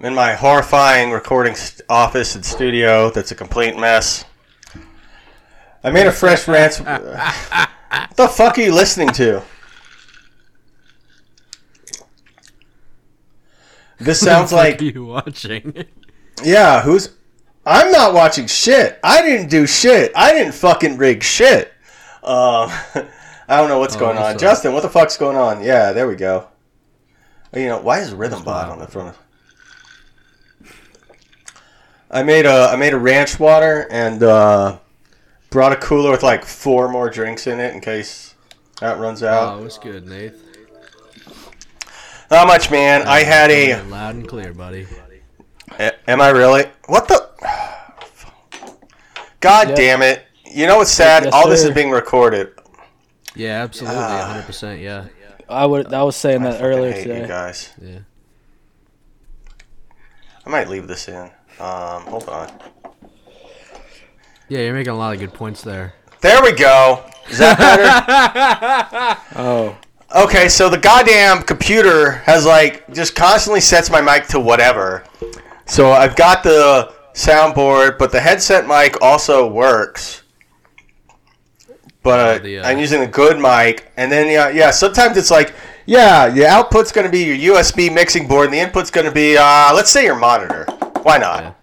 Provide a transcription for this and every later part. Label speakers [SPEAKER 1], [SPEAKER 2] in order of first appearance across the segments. [SPEAKER 1] in my horrifying recording st- office and studio that's a complete mess. I made a fresh ranch. what the fuck are you listening to? This sounds like
[SPEAKER 2] you watching.
[SPEAKER 1] yeah. Who's? I'm not watching shit. I didn't do shit. I didn't fucking rig shit. Um, I don't know what's going on.
[SPEAKER 2] Oh, sorry.
[SPEAKER 1] Justin, what the fuck's going on? Yeah, there we go. Oh, You know why is Rhythm Bot on the front? of- I made a I made a ranch water and uh, brought a cooler with like four more drinks in it in case that runs out.
[SPEAKER 2] Oh, it's good, Nath.
[SPEAKER 1] Not much, man.
[SPEAKER 2] Oh,
[SPEAKER 1] I had a.
[SPEAKER 2] You're Loud and clear, buddy.
[SPEAKER 1] A- Am I really? What the? God
[SPEAKER 3] Yep.
[SPEAKER 1] damn it! You know what's sad?
[SPEAKER 3] Yes,
[SPEAKER 1] All this
[SPEAKER 3] sir.
[SPEAKER 1] is being recorded.
[SPEAKER 2] Yeah, absolutely,
[SPEAKER 1] Ah.
[SPEAKER 2] 100%. Yeah,
[SPEAKER 3] I would. I was saying
[SPEAKER 1] I
[SPEAKER 3] that
[SPEAKER 1] fucking
[SPEAKER 3] Uh, earlier
[SPEAKER 1] hate you
[SPEAKER 3] today.
[SPEAKER 1] guys.
[SPEAKER 2] yeah.
[SPEAKER 1] I might leave this in. Um, hold on.
[SPEAKER 2] Yeah, you're making a lot of good points there.
[SPEAKER 1] There we go. Is that better?
[SPEAKER 3] Oh,
[SPEAKER 1] okay, so the goddamn computer has like just constantly sets my mic to whatever. So I've got the soundboard, but the headset mic also works. But
[SPEAKER 2] Oh, the, uh,
[SPEAKER 1] I'm using a good mic, and then yeah, yeah. Sometimes it's like, yeah, the output's going to be your USB mixing board, and the input's going to be, uh, let's say your monitor. Why not?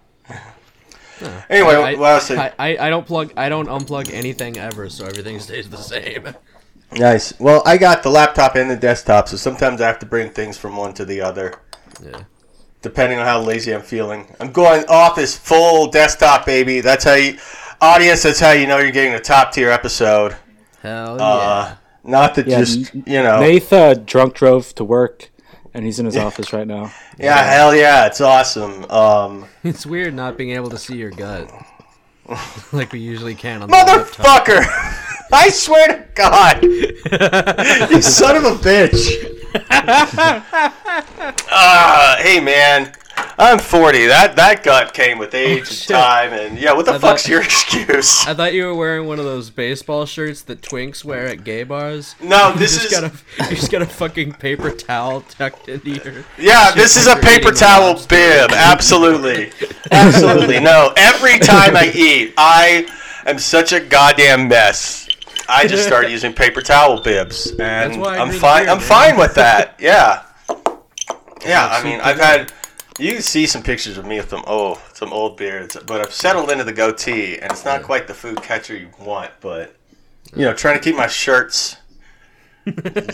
[SPEAKER 1] anyway,
[SPEAKER 2] I,
[SPEAKER 1] what else?
[SPEAKER 2] I, I, I don't plug I don't unplug anything ever, so everything stays the same.
[SPEAKER 1] nice. Well, I got the laptop and the desktop, so sometimes I have to bring things from one to the other.
[SPEAKER 2] Yeah.
[SPEAKER 1] depending on how lazy I'm feeling. I'm going office full desktop, baby. That's how you, audience. That's how you know you're getting a top tier episode.
[SPEAKER 2] Hell
[SPEAKER 1] Uh, not that
[SPEAKER 3] Yeah,
[SPEAKER 1] just
[SPEAKER 3] n-
[SPEAKER 1] you know.
[SPEAKER 3] Nath uh, drunk drove to work, and he's in his office right now.
[SPEAKER 1] yeah, hell yeah, it's awesome. Um,
[SPEAKER 2] yeah. It's weird not being able to see your gut. like we usually can on
[SPEAKER 1] motherfucker! I swear to God, you son of a bitch. Ah, hey man. I'm 40. That that gut came with age and
[SPEAKER 2] shit.
[SPEAKER 1] time, and yeah. What the
[SPEAKER 2] I thought-
[SPEAKER 1] fuck's your excuse?
[SPEAKER 2] I thought you were wearing one of those baseball shirts that twinks wear at gay bars.
[SPEAKER 1] No,
[SPEAKER 2] You
[SPEAKER 1] this
[SPEAKER 2] just
[SPEAKER 1] is-
[SPEAKER 2] got a, you just got a fucking paper towel tucked into your.
[SPEAKER 1] Yeah, this is a
[SPEAKER 2] like you're
[SPEAKER 1] paper
[SPEAKER 2] eating
[SPEAKER 1] towel
[SPEAKER 2] lobster.
[SPEAKER 1] bib. Absolutely. Absolutely. No, every time I eat, I am such a goddamn mess. I just start using paper towel bibs. And
[SPEAKER 2] why I
[SPEAKER 1] I'm
[SPEAKER 2] drink
[SPEAKER 1] fine
[SPEAKER 2] beer,
[SPEAKER 1] I'm
[SPEAKER 2] man.
[SPEAKER 1] fine with that. Yeah. Yeah, I mean,
[SPEAKER 2] super
[SPEAKER 1] I've had you can see some pictures of me with some oh, some old beards, but I've settled into the goatee and it's not quite the food catcher you want, but you know, trying to keep my shirts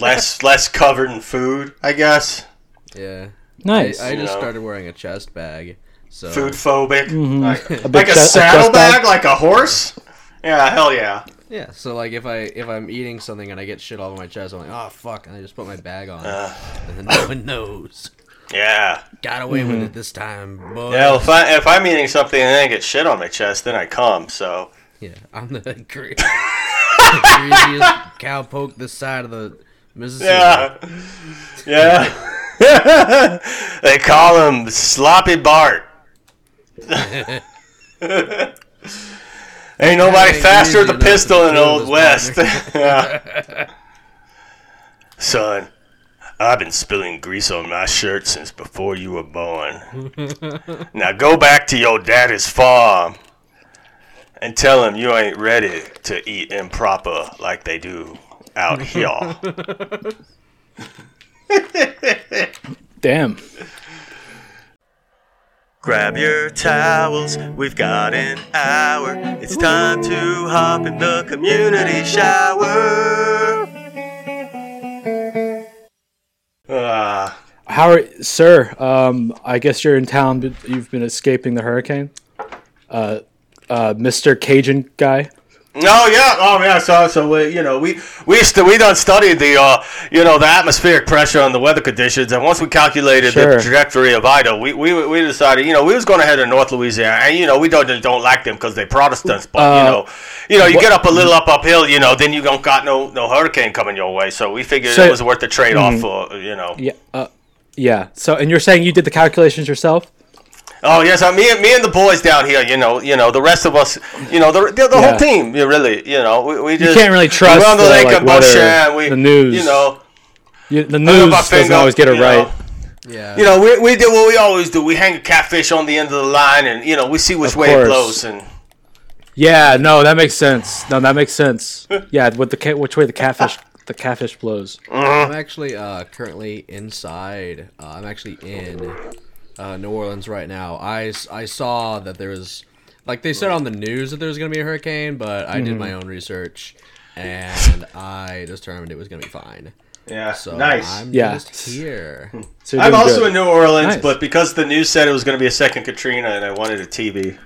[SPEAKER 1] less less covered in food, I guess.
[SPEAKER 2] Yeah.
[SPEAKER 3] Nice.
[SPEAKER 2] I, I just
[SPEAKER 1] No.
[SPEAKER 2] started wearing a chest bag. So
[SPEAKER 1] food phobic, like, like a,
[SPEAKER 3] big chest- a chest
[SPEAKER 1] saddlebag,
[SPEAKER 3] bag?
[SPEAKER 1] like a horse. Yeah, hell yeah.
[SPEAKER 2] Yeah. So like if I if I'm eating something and I get shit all over my chest, I'm like, oh fuck, and I just put my bag on, and then no one knows.
[SPEAKER 1] Yeah.
[SPEAKER 2] Got away with it this time, boy.
[SPEAKER 1] Mm-hmm. Yeah, well, if, I, if I'm eating something and then I get shit on my chest, then I come, so.
[SPEAKER 2] Yeah, I'm the cre- craziest cowpoke this side of the Mississippi.
[SPEAKER 1] Yeah. Yeah. they call him Sloppy Bart. Ain't nobody
[SPEAKER 2] ain't
[SPEAKER 1] faster
[SPEAKER 2] easy
[SPEAKER 1] with the
[SPEAKER 2] enough to
[SPEAKER 1] pistol in the
[SPEAKER 2] kill
[SPEAKER 1] Old
[SPEAKER 2] this
[SPEAKER 1] West. Yeah. Son, I've been spilling grease on my shirt since before you were born. now go back to your daddy's farm and tell him you ain't ready to eat improper like they do out here.
[SPEAKER 3] Damn.
[SPEAKER 1] Grab your towels, we've got an hour. It's time to hop in the community shower. Ah,
[SPEAKER 3] How are, sir? Um, I guess you're in town, but you've been escaping the hurricane. Uh, uh, Mr. Cajun guy.
[SPEAKER 1] no, yeah, oh yeah. So, so we, you know, we we st- we done studied the, uh, you know, the atmospheric pressure and the weather conditions, and once we calculated
[SPEAKER 3] Sure.
[SPEAKER 1] the trajectory of Ida, we, we we decided, you know, we was going to head to North Louisiana, and you know, we don't don't like them because they Protestants, but
[SPEAKER 3] Uh,
[SPEAKER 1] you know, you know, you get up a little up uphill, you know, then you don't got no no hurricane coming your way, so we figured
[SPEAKER 3] So- Mm-hmm.
[SPEAKER 1] it was worth the trade off for, you know.
[SPEAKER 3] Yeah. Uh, yeah. So, and you're saying you did the calculations yourself?
[SPEAKER 1] Oh yes, I, me and me and the boys down here, you know, you know, the rest of us, you know, the the, the
[SPEAKER 3] Yeah.
[SPEAKER 1] whole team, you really, you know, we, we just
[SPEAKER 3] can't really trust
[SPEAKER 1] we on the,
[SPEAKER 3] the,
[SPEAKER 1] lake
[SPEAKER 3] like,
[SPEAKER 1] of
[SPEAKER 3] weather,
[SPEAKER 1] Beauchamp, we,
[SPEAKER 3] the news.
[SPEAKER 1] you know,
[SPEAKER 3] You, the
[SPEAKER 1] I know
[SPEAKER 3] news
[SPEAKER 1] my
[SPEAKER 3] doesn't
[SPEAKER 1] finger,
[SPEAKER 3] always get it
[SPEAKER 1] you know.
[SPEAKER 3] right.
[SPEAKER 2] Yeah.
[SPEAKER 1] You know, we, we did what we always do. We hang a catfish on the end of the line, and you know, we see which
[SPEAKER 3] Of
[SPEAKER 1] way it
[SPEAKER 3] course.
[SPEAKER 1] blows. And
[SPEAKER 3] Yeah, no, that makes sense. No, that makes sense. Yeah, with the ca- which way the catfish the catfish blows.
[SPEAKER 2] I'm actually uh, currently inside. Uh, I'm actually in uh, New Orleans right now. I, s- I saw that there was, like they said on the news that there was going to be a hurricane, but I
[SPEAKER 3] Mm-hmm.
[SPEAKER 2] did my own research and I determined it was going to be fine.
[SPEAKER 1] yeah,
[SPEAKER 2] So I'm
[SPEAKER 3] Yeah.
[SPEAKER 2] just here.
[SPEAKER 3] So you're
[SPEAKER 1] I'm
[SPEAKER 3] doing
[SPEAKER 1] also
[SPEAKER 3] good.
[SPEAKER 1] in New Orleans,
[SPEAKER 3] Nice.
[SPEAKER 1] but because the news said it was going to be a second Katrina, and I wanted a TV.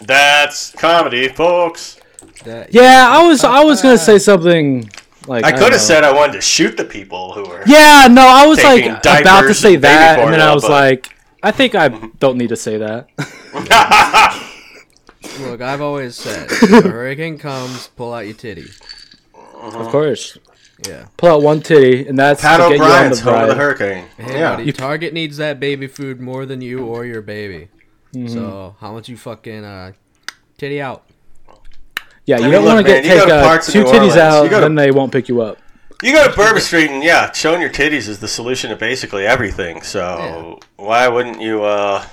[SPEAKER 1] That's comedy, folks.
[SPEAKER 2] That-
[SPEAKER 3] Yeah, I was I was
[SPEAKER 1] Uh,
[SPEAKER 3] gonna say something like
[SPEAKER 1] I
[SPEAKER 3] don't
[SPEAKER 1] could
[SPEAKER 3] know.
[SPEAKER 1] have said I wanted to shoot the people who were.
[SPEAKER 3] Yeah, no, I was like
[SPEAKER 1] Taking
[SPEAKER 3] about to
[SPEAKER 1] diapers
[SPEAKER 3] say
[SPEAKER 1] and baby
[SPEAKER 3] that,
[SPEAKER 1] formula,
[SPEAKER 3] and then I was
[SPEAKER 1] but-
[SPEAKER 3] like, I think I don't need to say that.
[SPEAKER 1] Uh-huh.
[SPEAKER 2] Look, I've always said, if a hurricane comes, pull out your titty.
[SPEAKER 3] of course,
[SPEAKER 2] Yeah.
[SPEAKER 3] pull out one titty, and that's
[SPEAKER 1] Pat
[SPEAKER 3] to get you on
[SPEAKER 1] O'Brien's
[SPEAKER 3] the
[SPEAKER 1] home of
[SPEAKER 3] bride.
[SPEAKER 1] the hurricane.
[SPEAKER 2] Hey,
[SPEAKER 1] yeah,
[SPEAKER 2] buddy, Target needs that baby food more than you or your baby.
[SPEAKER 3] Mm-hmm.
[SPEAKER 2] So how about you fucking uh, titty out?
[SPEAKER 3] yeah, you
[SPEAKER 1] mean,
[SPEAKER 3] don't
[SPEAKER 1] look,
[SPEAKER 3] want to get
[SPEAKER 1] man, you go
[SPEAKER 3] take
[SPEAKER 1] to
[SPEAKER 3] uh,
[SPEAKER 1] parts of
[SPEAKER 3] two
[SPEAKER 1] New
[SPEAKER 3] titties
[SPEAKER 1] Orleans,
[SPEAKER 3] out,
[SPEAKER 1] you go to-
[SPEAKER 3] then they won't pick you up.
[SPEAKER 1] you go to Bourbon Street, and yeah, showing your titties is the solution to basically everything. So why wouldn't you? uh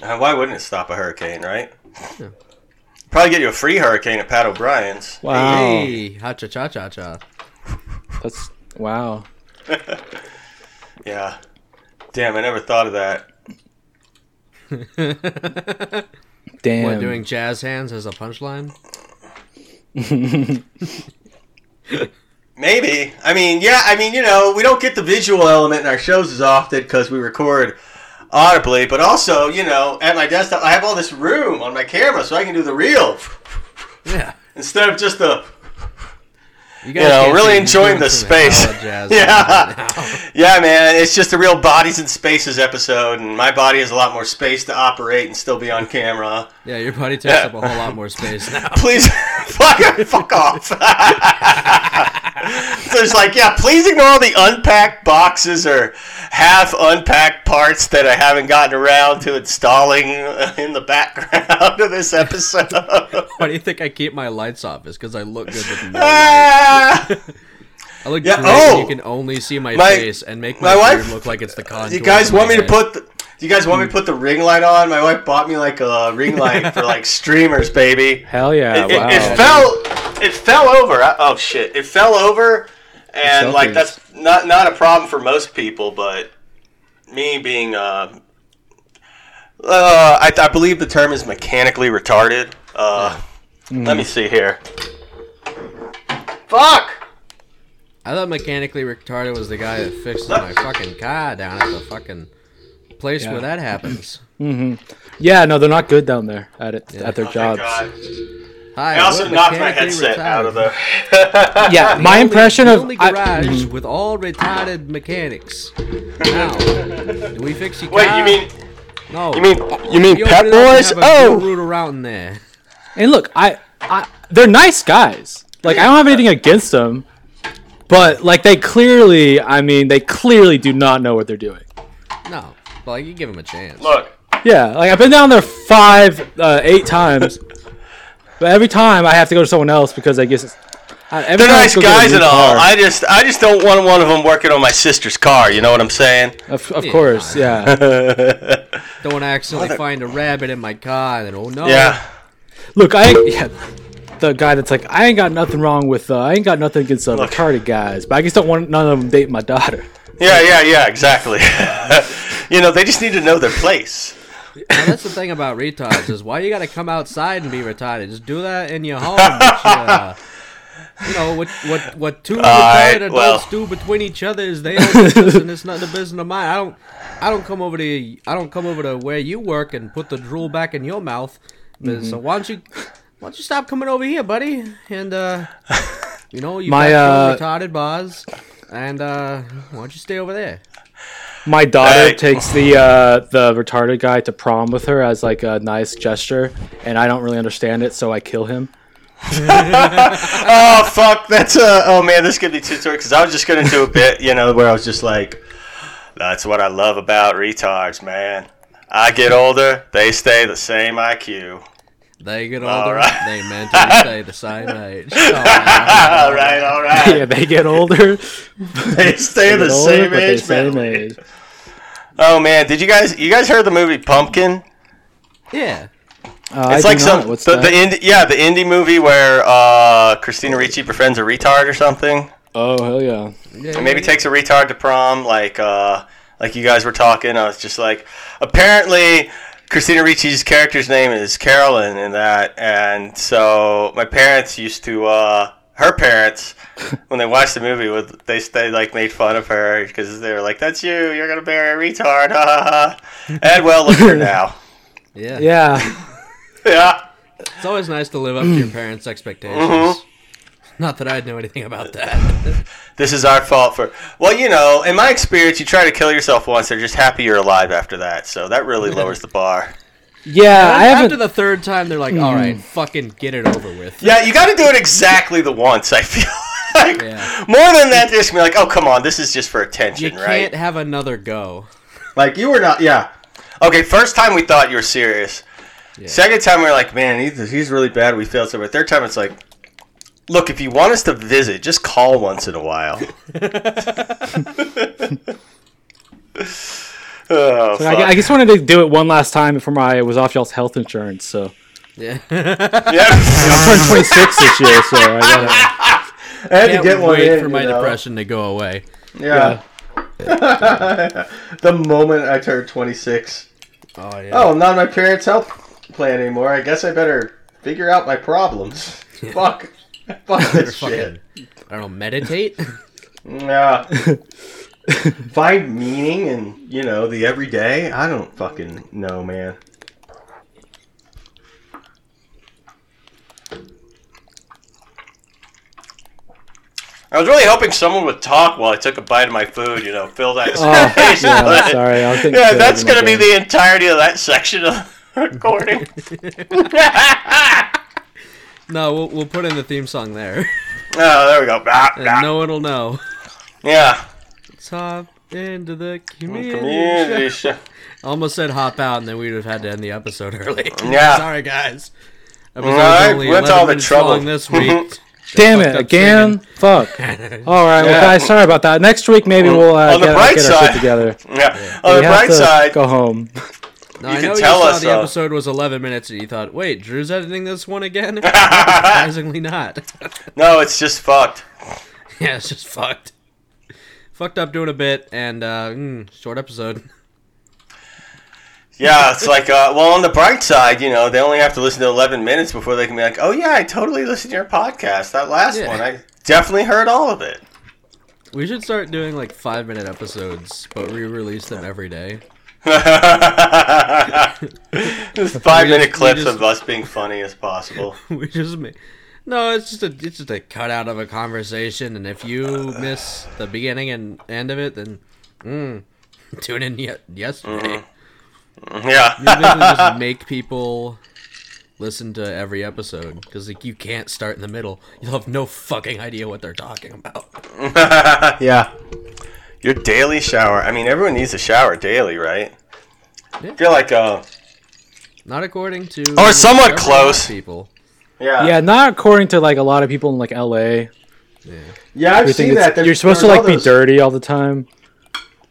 [SPEAKER 1] uh, Why wouldn't it stop a hurricane? Right?
[SPEAKER 2] Yeah.
[SPEAKER 1] Probably get you a free hurricane at Pat O'Brien's.
[SPEAKER 3] Wow,
[SPEAKER 2] Hey, ha cha cha cha cha.
[SPEAKER 3] that's wow.
[SPEAKER 1] Yeah. Damn, I never thought of that.
[SPEAKER 3] Damn,
[SPEAKER 2] What doing jazz hands as a punchline?
[SPEAKER 1] Maybe. I mean, yeah, I mean, you know, we don't get the visual element in our shows as often because we record audibly, but also, you know, at my desktop, I have all this room on my camera so I can do the reel
[SPEAKER 2] Yeah,
[SPEAKER 1] instead of just the.
[SPEAKER 2] you
[SPEAKER 1] You know,
[SPEAKER 2] can't
[SPEAKER 1] really
[SPEAKER 2] see me
[SPEAKER 1] enjoying
[SPEAKER 2] doing
[SPEAKER 1] the
[SPEAKER 2] some hella
[SPEAKER 1] space.
[SPEAKER 2] jazz
[SPEAKER 1] Yeah.
[SPEAKER 2] hands right now.
[SPEAKER 1] Yeah, man, it's just a real bodies and spaces episode, and my body has a lot more space to operate and still be on camera.
[SPEAKER 2] yeah, your body takes up a whole lot more space now.
[SPEAKER 1] please fuck, fuck off. so it's like, yeah, please ignore all the unpacked boxes or half unpacked parts that I haven't gotten around to installing in the background of this episode.
[SPEAKER 2] Why do you think I keep my lights off? Is because I look good with no light.
[SPEAKER 1] Ah!
[SPEAKER 2] I look
[SPEAKER 1] Yeah,
[SPEAKER 2] great when
[SPEAKER 1] oh!
[SPEAKER 2] you can only see my,
[SPEAKER 1] My-
[SPEAKER 2] face and make
[SPEAKER 1] my
[SPEAKER 2] my,
[SPEAKER 1] wife-
[SPEAKER 2] beard look like it's the contour.
[SPEAKER 1] Do you guys
[SPEAKER 2] of my
[SPEAKER 1] want me to
[SPEAKER 2] head.
[SPEAKER 1] put? The, do you guys want me to put the ring light on? My wife bought me like a ring light for like streamers, baby.
[SPEAKER 3] hell yeah,
[SPEAKER 1] it, it-
[SPEAKER 3] wow.
[SPEAKER 1] it fell it fell over I- oh shit it fell over and
[SPEAKER 3] Selfies.
[SPEAKER 1] like that's not not a problem for most people but me being uh, uh I, I believe the term is mechanically retarded uh let
[SPEAKER 2] Mm.
[SPEAKER 1] me see here fuck
[SPEAKER 2] I thought mechanically retarded was the guy that fixes my fucking car down at the fucking place
[SPEAKER 3] Yeah.
[SPEAKER 2] where that happens.
[SPEAKER 3] yeah, no, they're not good down there at it at their
[SPEAKER 1] Oh, thank
[SPEAKER 3] jobs.
[SPEAKER 1] God.
[SPEAKER 2] Hi,
[SPEAKER 1] I also
[SPEAKER 2] we're
[SPEAKER 1] knocked my
[SPEAKER 2] mechanically
[SPEAKER 1] headset
[SPEAKER 2] retarded.
[SPEAKER 1] out of the
[SPEAKER 3] Yeah, my
[SPEAKER 2] The only-
[SPEAKER 3] impression
[SPEAKER 2] the
[SPEAKER 3] of
[SPEAKER 2] only
[SPEAKER 3] I-
[SPEAKER 2] garage with all retarded mechanics. Now, do we fix your car?
[SPEAKER 1] wait you mean
[SPEAKER 2] no?
[SPEAKER 1] you mean you mean
[SPEAKER 2] You
[SPEAKER 1] pet
[SPEAKER 2] open it up and
[SPEAKER 1] boys
[SPEAKER 2] have a
[SPEAKER 1] oh
[SPEAKER 2] root around in there.
[SPEAKER 3] And look, I, I they're nice guys. Like I don't have anything against them, but like they clearly, I mean, they clearly do not know what they're doing.
[SPEAKER 2] No, but like you give him a chance.
[SPEAKER 1] look
[SPEAKER 3] Yeah, like I've been down there five, uh, eight times, but every time I have to go to someone else because I guess I, every
[SPEAKER 1] They're
[SPEAKER 3] time I
[SPEAKER 1] nice
[SPEAKER 3] go get a
[SPEAKER 1] guys
[SPEAKER 3] new
[SPEAKER 1] and all.
[SPEAKER 3] car.
[SPEAKER 1] I just, I just don't want one of them working on my sister's car. You know what I'm saying?
[SPEAKER 3] of of course, yeah.
[SPEAKER 2] Don't want to accidentally find a rabbit in my car. And then, oh no.
[SPEAKER 1] Yeah.
[SPEAKER 3] Look, I yeah, the guy that's like, I ain't got nothing wrong with, uh, I ain't got nothing against uh, retarded guys, but I just don't want none of them dating my daughter.
[SPEAKER 1] Yeah, yeah, yeah. Exactly. you know, they just need to know their place.
[SPEAKER 2] Now, that's the thing about retards is why you got to come outside and be retarded. Just do that in your home. which, uh, you know what? What? What two retarded
[SPEAKER 1] right,
[SPEAKER 2] adults
[SPEAKER 1] well.
[SPEAKER 2] do between each other is they own business, and it's not the business of mine. I don't. I don't come over to. I don't come over to where you work and put the drool back in your mouth. But-
[SPEAKER 1] Mm-hmm.
[SPEAKER 2] So why don't you? Why don't you stop coming over here, buddy? And uh, you know you
[SPEAKER 3] My,
[SPEAKER 1] uh,
[SPEAKER 2] got your retarded bars. And uh, why don't you stay over there?
[SPEAKER 3] My daughter
[SPEAKER 1] Hey.
[SPEAKER 3] takes the uh, the retarded guy to prom with her as like a nice gesture, and I don't really understand it, so I kill him.
[SPEAKER 1] Oh fuck! That's a. Oh man, this could be too short because I was just gonna do a bit, you know, where I was just like, "That's what I love about retards, man. I get older, they stay the same IQ."
[SPEAKER 2] They get older.
[SPEAKER 1] All right.
[SPEAKER 2] They mentally stay the same age.
[SPEAKER 1] all right, all right.
[SPEAKER 3] yeah, they get older.
[SPEAKER 1] They stay
[SPEAKER 3] They
[SPEAKER 1] the
[SPEAKER 3] get older,
[SPEAKER 1] same
[SPEAKER 3] but they
[SPEAKER 1] age. mentally. Oh man, did you guys you guys heard the movie Pumpkin?
[SPEAKER 2] Yeah.
[SPEAKER 3] Uh,
[SPEAKER 1] It's
[SPEAKER 3] I
[SPEAKER 1] like
[SPEAKER 3] do
[SPEAKER 1] some
[SPEAKER 3] not. What's
[SPEAKER 1] the,
[SPEAKER 3] that?
[SPEAKER 1] the indie yeah the indie movie where uh, Christina Ricci befriends a retard or something.
[SPEAKER 3] oh hell yeah!
[SPEAKER 2] yeah.
[SPEAKER 1] And maybe takes a retard to prom, like uh, like you guys were talking. I was just like, apparently Christina Ricci's character's name is Carolyn in that, and so my parents used to. Uh, her parents, when they watched the movie, would they they like made fun of her because they were like, "That's you, you're gonna marry a retard." ha, ha, ha." and well, look at her now.
[SPEAKER 2] Yeah.
[SPEAKER 3] Yeah,
[SPEAKER 1] Yeah.
[SPEAKER 2] It's always nice to live up to your parents' expectations.
[SPEAKER 1] Mm-hmm.
[SPEAKER 2] Not that I'd know anything about that.
[SPEAKER 1] this is our fault for well you know in my experience you try to kill yourself once they're just happy you're alive after that so that really lowers the bar
[SPEAKER 3] yeah. I
[SPEAKER 2] After
[SPEAKER 3] haven't.
[SPEAKER 2] the third time, they're like, "All right, fucking get it over with."
[SPEAKER 1] yeah you got to do it exactly the once i feel like
[SPEAKER 2] Yeah.
[SPEAKER 1] more than that just be like oh come on this is just for
[SPEAKER 2] You
[SPEAKER 1] attention
[SPEAKER 2] can't
[SPEAKER 1] right
[SPEAKER 2] have another go.
[SPEAKER 1] like you were not yeah okay first time we thought you were serious second time we are like man he's, he's really bad we failed so bad. third time it's like look if you want us to visit just call once in a while Oh,
[SPEAKER 3] I,
[SPEAKER 1] fuck.
[SPEAKER 3] I just wanted to do it one last time before I was off y'all's health insurance. So
[SPEAKER 2] Yeah.
[SPEAKER 1] Yeah.
[SPEAKER 3] I turned 26 this year, so I gotta.
[SPEAKER 1] I had
[SPEAKER 2] Can't
[SPEAKER 1] to get one
[SPEAKER 2] wait
[SPEAKER 1] in
[SPEAKER 2] for
[SPEAKER 1] you
[SPEAKER 2] my
[SPEAKER 1] know?
[SPEAKER 2] depression to go away.
[SPEAKER 1] Yeah. the moment I turned 26.
[SPEAKER 2] Oh yeah.
[SPEAKER 1] Oh, I'm not on my parents' health plan anymore. I guess I better figure out my problems. Fuck. Fuck this shit.
[SPEAKER 2] fucking- I don't know. Meditate.
[SPEAKER 1] Yeah. Find meaning in, you know, the everyday. I don't fucking know, man. I was really hoping someone would talk while I took a bite of my food, you know, fill that
[SPEAKER 3] Oh,
[SPEAKER 1] space.
[SPEAKER 3] yeah, I'm sorry. I was thinking
[SPEAKER 1] Yeah,
[SPEAKER 3] good,
[SPEAKER 1] that's
[SPEAKER 3] but
[SPEAKER 1] going to be
[SPEAKER 3] not
[SPEAKER 1] the entirety of that section of the recording.
[SPEAKER 2] no, we'll, we'll put in the theme song there,
[SPEAKER 1] oh, there we go. Blah, blah.
[SPEAKER 2] and no one will know.
[SPEAKER 1] Yeah.
[SPEAKER 2] Top into the community.
[SPEAKER 1] Community show.
[SPEAKER 2] Almost said hop out, and then we'd have had to end the episode early.
[SPEAKER 1] Yeah.
[SPEAKER 2] Sorry, guys. Episode's
[SPEAKER 1] right, went to all the
[SPEAKER 2] 11 minutes
[SPEAKER 1] trouble.
[SPEAKER 2] long this week.
[SPEAKER 3] Damn
[SPEAKER 2] fucked
[SPEAKER 3] it
[SPEAKER 2] up
[SPEAKER 3] again! Fuck. All right,
[SPEAKER 1] Yeah.
[SPEAKER 3] well, guys, sorry about that. Next week, maybe we'll uh,
[SPEAKER 1] On the
[SPEAKER 3] get,
[SPEAKER 1] bright
[SPEAKER 3] get our
[SPEAKER 1] side.
[SPEAKER 3] shit together.
[SPEAKER 1] Yeah. On
[SPEAKER 3] we
[SPEAKER 1] the
[SPEAKER 3] have
[SPEAKER 1] bright
[SPEAKER 3] to
[SPEAKER 1] side,
[SPEAKER 3] go home.
[SPEAKER 2] No,
[SPEAKER 1] You
[SPEAKER 2] I
[SPEAKER 1] can
[SPEAKER 2] know
[SPEAKER 1] tell
[SPEAKER 2] you saw
[SPEAKER 1] us,
[SPEAKER 2] the
[SPEAKER 1] uh,
[SPEAKER 2] episode was 11 minutes, and you thought, "Wait, Drew's editing this one again?" Surprisingly not.
[SPEAKER 1] no, it's just fucked.
[SPEAKER 2] yeah, it's just fucked. Fucked up doing a bit, and uh, mm, short episode.
[SPEAKER 1] Yeah, it's like, uh, well, on the bright side, you know, they only have to listen to 11 minutes before they can be like, oh, yeah, I totally listened to your podcast. That last
[SPEAKER 2] Yeah.
[SPEAKER 1] one, I definitely heard all of it.
[SPEAKER 2] We should start doing like five minute episodes, but re-release them every day.
[SPEAKER 1] just five minute
[SPEAKER 2] we
[SPEAKER 1] clips
[SPEAKER 2] just-
[SPEAKER 1] of us being funny as possible.
[SPEAKER 2] we just ma- no it's just a it's just a cutout of a conversation and if you miss the beginning and end of it then mm, tune in ye-
[SPEAKER 1] Uh.
[SPEAKER 2] yesterday
[SPEAKER 1] Yeah.
[SPEAKER 2] basically just make people listen to every episode because like you can't start in the middle you'll have no fucking idea what they're talking about
[SPEAKER 1] yeah. Your daily shower. I mean, everyone needs a shower daily, right?
[SPEAKER 2] Yeah.
[SPEAKER 1] I feel like, uh,
[SPEAKER 2] not according to
[SPEAKER 1] Or somewhat
[SPEAKER 2] everyone else
[SPEAKER 1] close.
[SPEAKER 2] people
[SPEAKER 1] yeah.
[SPEAKER 3] Yeah, not according to like a lot of people in like LA.
[SPEAKER 1] Yeah, I've
[SPEAKER 3] who think it's- you're supposed to like be dirty all the time,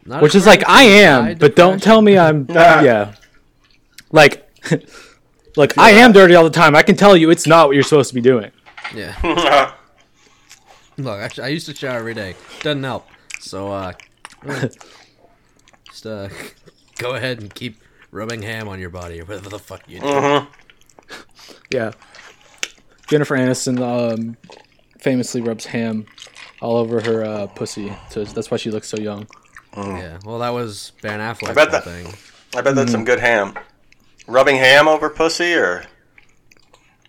[SPEAKER 2] Not
[SPEAKER 3] which is
[SPEAKER 2] according
[SPEAKER 3] like I
[SPEAKER 2] to
[SPEAKER 3] am,
[SPEAKER 2] my
[SPEAKER 3] but don't
[SPEAKER 2] definition.
[SPEAKER 3] tell me I'm.
[SPEAKER 1] Nah.
[SPEAKER 3] Yeah, like, like I am dirty all the time. I can tell you, it's not what you're supposed to be doing.
[SPEAKER 2] yeah
[SPEAKER 1] dirty.
[SPEAKER 2] look I, sh- I used to shower every day doesn't help so uh just uh go ahead and keep rubbing ham on your body or whatever the fuck you do
[SPEAKER 3] Yeah. Jennifer Aniston um, famously rubs ham all over her uh, pussy, so that's why she looks so young.
[SPEAKER 2] Yeah, well, that was Ben Affleck's
[SPEAKER 1] Mm. bet
[SPEAKER 2] whole
[SPEAKER 1] that-
[SPEAKER 2] thing.
[SPEAKER 1] I bet that's some good ham. Rubbing ham over pussy, or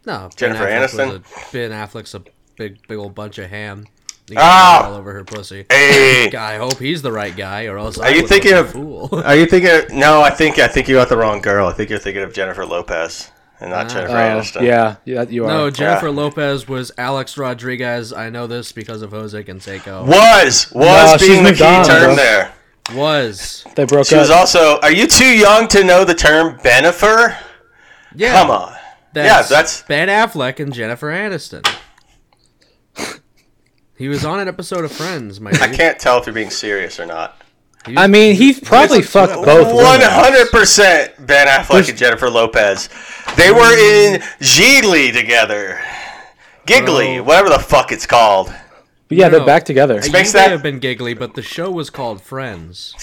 [SPEAKER 2] No,
[SPEAKER 1] Jennifer
[SPEAKER 2] ben Affleck was
[SPEAKER 1] Aniston?
[SPEAKER 2] A, ben Affleck's a big, big old bunch of ham. He
[SPEAKER 1] Ah!
[SPEAKER 2] got all over her pussy.
[SPEAKER 1] hey,
[SPEAKER 2] I hope he's the right guy, or else. Are
[SPEAKER 1] you thinking of- Oh
[SPEAKER 2] fool?
[SPEAKER 1] are you thinking? Of, no, I think I think you got the wrong girl. I think you're thinking of Jennifer Lopez and not Jennifer
[SPEAKER 3] Oh,
[SPEAKER 1] Aniston.
[SPEAKER 3] yeah, yeah, you are.
[SPEAKER 2] no, Jennifer Lopez was Alex Rodriguez. I know this because of Jose Canseco.
[SPEAKER 1] was was
[SPEAKER 3] No, she's
[SPEAKER 1] being the key
[SPEAKER 3] moved on,
[SPEAKER 1] term
[SPEAKER 3] bro.
[SPEAKER 1] there.
[SPEAKER 2] Was
[SPEAKER 3] they broke
[SPEAKER 1] She was
[SPEAKER 3] up.
[SPEAKER 1] also. Are you too young to know the term benefer?
[SPEAKER 2] yeah.
[SPEAKER 1] Come on.
[SPEAKER 2] That's
[SPEAKER 1] Yeah, that's-
[SPEAKER 2] Ben Affleck and Jennifer Aniston. he was on an episode of Friends. My
[SPEAKER 1] I can't tell if you're being serious or not.
[SPEAKER 3] I mean, he's probably fucked both.
[SPEAKER 1] One
[SPEAKER 3] women.
[SPEAKER 1] hundred percent Ben Affleck and Jennifer Lopez. They were in Giggly together. Giggly,
[SPEAKER 2] Oh.
[SPEAKER 1] whatever the fuck it's called.
[SPEAKER 3] But yeah,
[SPEAKER 2] No.
[SPEAKER 3] they're back together.
[SPEAKER 2] you may
[SPEAKER 1] makes that-
[SPEAKER 2] have been giggly, but the show was called Friends.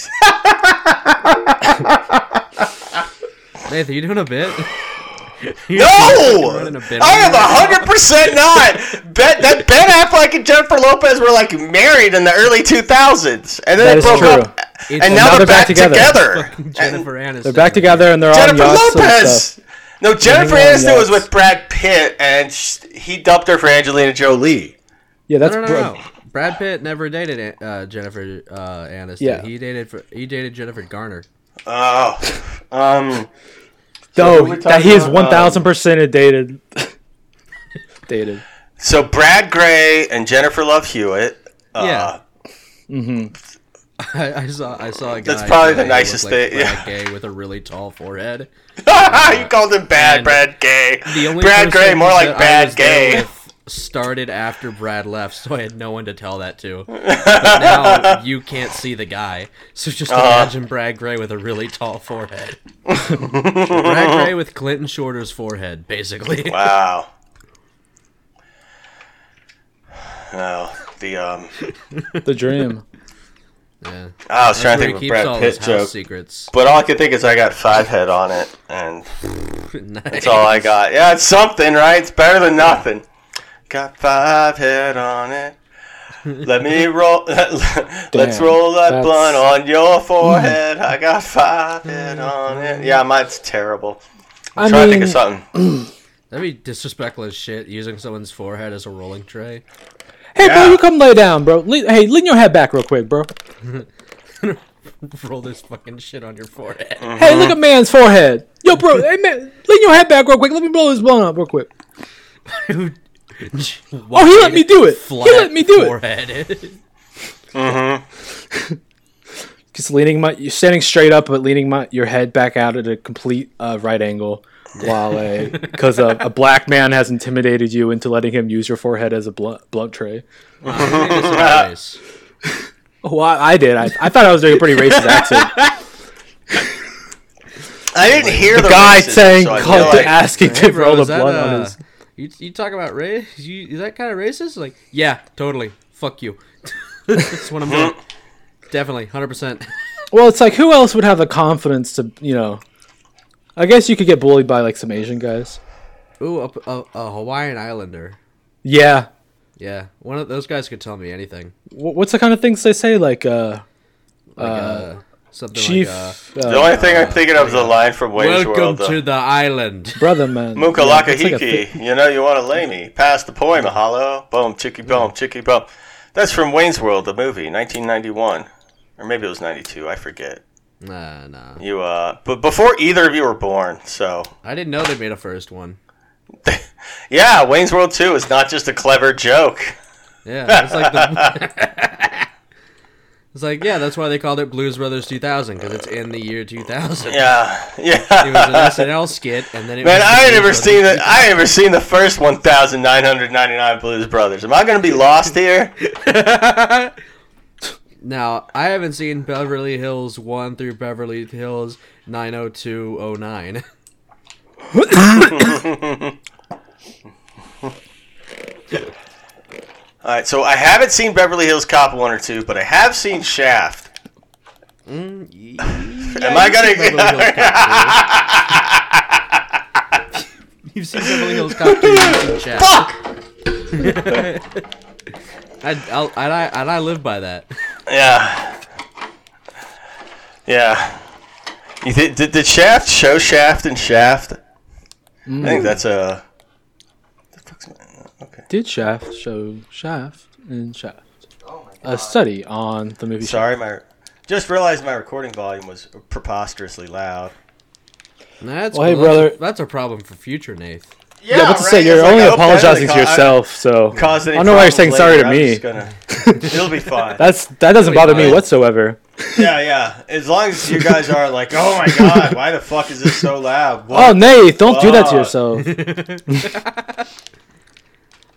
[SPEAKER 2] Nathan, you doing a bit? You're fucking
[SPEAKER 1] No,
[SPEAKER 2] running a bit
[SPEAKER 1] I
[SPEAKER 2] on
[SPEAKER 1] am
[SPEAKER 2] me right
[SPEAKER 1] hundred percent not. Ben, that Ben Affleck and Jennifer Lopez were like married in the early two thousands, and then
[SPEAKER 3] That
[SPEAKER 1] they
[SPEAKER 3] is
[SPEAKER 1] broke
[SPEAKER 3] true.
[SPEAKER 1] up, and,
[SPEAKER 2] It's-
[SPEAKER 1] now they're back, together.
[SPEAKER 2] now. Jennifer Aniston.
[SPEAKER 3] They're back together and they're
[SPEAKER 1] Jennifer
[SPEAKER 3] on yachts and stuff.
[SPEAKER 1] Lopez. No, Jennifer
[SPEAKER 3] on
[SPEAKER 1] Aniston was
[SPEAKER 3] yachts.
[SPEAKER 1] with Brad Pitt, and sh- he dumped her for Angelina Jolie.
[SPEAKER 3] Yeah, that's
[SPEAKER 2] No, no,
[SPEAKER 3] bro-
[SPEAKER 2] no, no. Brad Pitt never dated An- uh, Jennifer uh, Aniston.
[SPEAKER 3] Yeah.
[SPEAKER 2] He dated for, he dated Jennifer Garner.
[SPEAKER 1] Oh, um,
[SPEAKER 3] No,
[SPEAKER 1] we were
[SPEAKER 3] that he
[SPEAKER 1] talking
[SPEAKER 3] is
[SPEAKER 1] about, um,
[SPEAKER 3] one thousand percent dated. dated.
[SPEAKER 1] so Brad Gray and Jennifer Love Hewitt. Uh,
[SPEAKER 2] Yeah. I, I saw I saw a guy.
[SPEAKER 1] That's probably the
[SPEAKER 2] today who looked
[SPEAKER 1] nicest
[SPEAKER 2] like
[SPEAKER 1] thing,
[SPEAKER 2] Brad Gay with a really tall forehead.
[SPEAKER 1] you called him bad,
[SPEAKER 2] And
[SPEAKER 1] Brad Gay.
[SPEAKER 2] The only
[SPEAKER 1] Brad Gray,
[SPEAKER 2] person
[SPEAKER 1] more
[SPEAKER 2] that
[SPEAKER 1] like
[SPEAKER 2] I
[SPEAKER 1] bad
[SPEAKER 2] was there
[SPEAKER 1] Gay.
[SPEAKER 2] with Started after Brad left, so I had no one to tell that to. But now you can't see the guy, so just
[SPEAKER 1] Uh-huh.
[SPEAKER 2] imagine Brad Gray with a really tall forehead. Brad Gray with Clinton Shorter's forehead, basically.
[SPEAKER 1] Wow. No, the um,
[SPEAKER 3] The dream.
[SPEAKER 2] Yeah.
[SPEAKER 1] I was trying to
[SPEAKER 2] Where he
[SPEAKER 1] think of a
[SPEAKER 2] keeps
[SPEAKER 1] Brad
[SPEAKER 2] all
[SPEAKER 1] Pitt
[SPEAKER 2] his
[SPEAKER 1] joke,
[SPEAKER 2] house secrets.
[SPEAKER 1] but all I could think is I got five head on it, and
[SPEAKER 2] Nice.
[SPEAKER 1] that's all I got. Yeah, it's something, right? It's better than nothing. Got five head on it. Let me roll. let's
[SPEAKER 3] Damn,
[SPEAKER 1] roll that
[SPEAKER 3] that's-
[SPEAKER 1] blunt on your forehead. I got five head on it. Yeah, mine's terrible. I'm
[SPEAKER 3] I
[SPEAKER 1] trying to
[SPEAKER 3] mean,
[SPEAKER 1] think of something.
[SPEAKER 2] That'd be disrespectful as shit. Using someone's forehead as a rolling tray.
[SPEAKER 3] hey,
[SPEAKER 1] Yeah.
[SPEAKER 3] bro, you come lay down, bro. Le- hey, lean your head back real quick, bro.
[SPEAKER 2] Roll this fucking shit on your forehead.
[SPEAKER 3] Hey,
[SPEAKER 1] Mm-hmm.
[SPEAKER 3] look at man's forehead. Yo, bro, hey man, lean your head back real quick. Let me blow this blunt up real quick.
[SPEAKER 2] oh,
[SPEAKER 3] he let me do it. He let me do it.
[SPEAKER 2] it.
[SPEAKER 1] Mm-hmm.
[SPEAKER 3] Just leaning my, you're standing straight up, but leaning my your head back out at a complete uh, right angle, while because a, a black man has intimidated you into letting him use your forehead as a blunt blunt tray.
[SPEAKER 2] nice.
[SPEAKER 3] Well, I, I did. I, I thought I was doing a pretty racist accent.
[SPEAKER 1] I didn't hear the,
[SPEAKER 3] Guy
[SPEAKER 1] racism,
[SPEAKER 3] saying,
[SPEAKER 1] so I feel
[SPEAKER 3] called to
[SPEAKER 1] like-
[SPEAKER 3] asking
[SPEAKER 2] Hey,
[SPEAKER 3] to
[SPEAKER 2] bro,
[SPEAKER 3] roll a
[SPEAKER 2] is that,
[SPEAKER 3] blunt on
[SPEAKER 2] uh,
[SPEAKER 3] his.
[SPEAKER 2] You, you talk about race? You, is that kind of racist? Like, yeah, totally. Fuck you. That's what I'm doing. Definitely, hundred percent.
[SPEAKER 3] Well, it's like who else would have the confidence to, you know? I guess you could get bullied by like some Asian guys.
[SPEAKER 2] Ooh, a, a, a Hawaiian Islander.
[SPEAKER 3] Yeah.
[SPEAKER 2] Yeah, one of those guys could tell me anything.
[SPEAKER 3] Wh- What's the kind of things they say? Like, uh,
[SPEAKER 2] Like, uh, something
[SPEAKER 3] chief,
[SPEAKER 2] like, uh,
[SPEAKER 3] uh,
[SPEAKER 1] The only thing I'm thinking of is the line from Wayne's
[SPEAKER 2] "Welcome
[SPEAKER 1] World. uh,
[SPEAKER 2] to the island."
[SPEAKER 3] brother, man. Yeah, it's like a
[SPEAKER 1] Mukalakahiki,
[SPEAKER 3] thi-
[SPEAKER 1] you know you want to lay me. Pass the poi, mahalo. Boom, chicky boom, chicky boom. That's from Wayne's World, the movie, 1991. Or maybe it was 92, I forget.
[SPEAKER 2] Nah, nah.
[SPEAKER 1] You, uh, but before either of you were born, so.
[SPEAKER 2] I didn't know they made a first one.
[SPEAKER 1] Yeah, Wayne's World 2 is not just a clever joke.
[SPEAKER 2] Yeah, it's like the. it's like yeah, that's why they called it Blues Brothers 2000 because it's in the year 2000.
[SPEAKER 1] Yeah,
[SPEAKER 2] It was an
[SPEAKER 1] yeah.
[SPEAKER 2] SNL skit, and then it
[SPEAKER 1] Man,
[SPEAKER 2] was
[SPEAKER 1] I
[SPEAKER 2] the
[SPEAKER 1] ain't
[SPEAKER 2] Blues
[SPEAKER 1] ever
[SPEAKER 2] Brothers.
[SPEAKER 1] seen the I ain't ever seen the first 1,999 Blues Brothers. Am I gonna be lost here?
[SPEAKER 2] Now I haven't seen Beverly Hills One through Beverly Hills 90209.
[SPEAKER 1] All right, so I haven't seen Beverly Hills Cop one or two, but I have seen Shaft. Am I gonna?
[SPEAKER 2] Beverly Hills Cop 2. You've seen Beverly Hills Cop 2. You've seen Shaft.
[SPEAKER 1] Fuck!
[SPEAKER 2] I, I'll, and I and I live by that.
[SPEAKER 1] Yeah, yeah. You thi- did, did Shaft show Shaft and Shaft? I think that's a. the fuck's my- Okay.
[SPEAKER 3] Did Shaft show Shaft and Shaft? A study on the movie. Shaft.
[SPEAKER 1] Sorry, my. Just realized my recording volume was preposterously loud.
[SPEAKER 2] That's
[SPEAKER 3] Well, hey,
[SPEAKER 2] that's a-
[SPEAKER 3] brother.
[SPEAKER 2] That's a problem for future Nath.
[SPEAKER 3] Yeah, but to say you're only apologizing to yourself, so I
[SPEAKER 1] Cause
[SPEAKER 3] don't know why you're saying sorry to me.
[SPEAKER 1] It'll be fine.
[SPEAKER 3] That's that doesn't bother me
[SPEAKER 2] fine.
[SPEAKER 3] whatsoever.
[SPEAKER 1] Yeah, yeah. As long as you guys are like, oh my god, why the fuck is this so loud?
[SPEAKER 3] Oh,
[SPEAKER 1] What?
[SPEAKER 3] Nate, don't do that to
[SPEAKER 1] fuck?
[SPEAKER 3] yourself.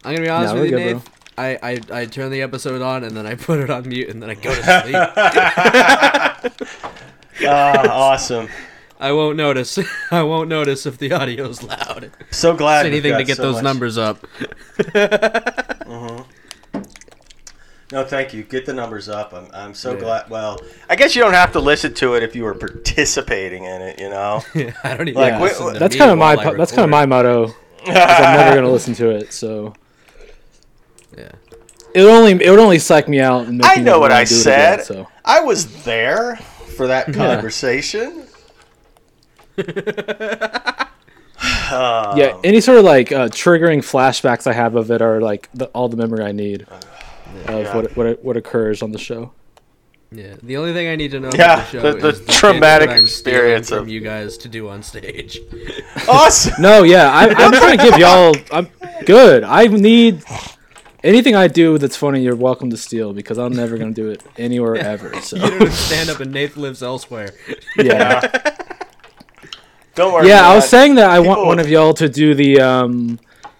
[SPEAKER 2] I'm gonna be honest
[SPEAKER 3] Nah,
[SPEAKER 2] with you,
[SPEAKER 3] we're good,
[SPEAKER 2] Nate.
[SPEAKER 3] bro.
[SPEAKER 2] I, I I turn the episode on and then I put it on mute and then I go to sleep.
[SPEAKER 1] Ah, awesome.
[SPEAKER 2] I won't notice. I won't notice if the audio's loud.
[SPEAKER 1] So glad. we've
[SPEAKER 2] Anything to
[SPEAKER 1] got
[SPEAKER 2] get
[SPEAKER 1] so
[SPEAKER 2] those
[SPEAKER 1] much-
[SPEAKER 2] numbers up.
[SPEAKER 1] No, thank you. Get the numbers up. I'm, I'm so glad. Well, I guess you don't have to listen to it if you were participating in it. You know.
[SPEAKER 2] I don't even.
[SPEAKER 1] Like, wait,
[SPEAKER 2] Like, listen
[SPEAKER 1] wait.
[SPEAKER 2] to
[SPEAKER 3] That's
[SPEAKER 2] me
[SPEAKER 3] kind of my
[SPEAKER 2] while I
[SPEAKER 3] po- that's kind of my
[SPEAKER 2] record.
[SPEAKER 3] motto. 'cause I'm never gonna listen to it, so
[SPEAKER 2] Yeah.
[SPEAKER 3] it would only it would only psych me out. And make
[SPEAKER 1] I
[SPEAKER 3] me
[SPEAKER 1] know what
[SPEAKER 3] wanna
[SPEAKER 1] I
[SPEAKER 3] do it
[SPEAKER 1] said.
[SPEAKER 3] again, so
[SPEAKER 1] I was there for that conversation. Oh. Um,
[SPEAKER 3] yeah, any sort of like uh, triggering flashbacks I have of it are like the, all the memory I need
[SPEAKER 1] Uh,
[SPEAKER 3] of what what what occurs on the show.
[SPEAKER 2] Yeah. The only thing I need to know
[SPEAKER 1] Yeah,
[SPEAKER 2] about the show
[SPEAKER 1] the- the
[SPEAKER 2] is the
[SPEAKER 1] traumatic
[SPEAKER 2] thing that I'm stealing
[SPEAKER 1] experience
[SPEAKER 2] from
[SPEAKER 1] of-
[SPEAKER 2] you guys to do on stage.
[SPEAKER 1] Awesome.
[SPEAKER 3] No, yeah, I, I'm trying to give y'all. I'm good. I need anything I do that's funny. You're welcome to steal because I'm never gonna do it anywhere ever.
[SPEAKER 2] You
[SPEAKER 3] So
[SPEAKER 2] don't stand up and Nate lives elsewhere.
[SPEAKER 3] yeah.
[SPEAKER 1] Don't worry.
[SPEAKER 3] yeah, I
[SPEAKER 1] about
[SPEAKER 3] was
[SPEAKER 1] it.
[SPEAKER 3] saying that I want
[SPEAKER 1] people-
[SPEAKER 3] one of y'all to do the um,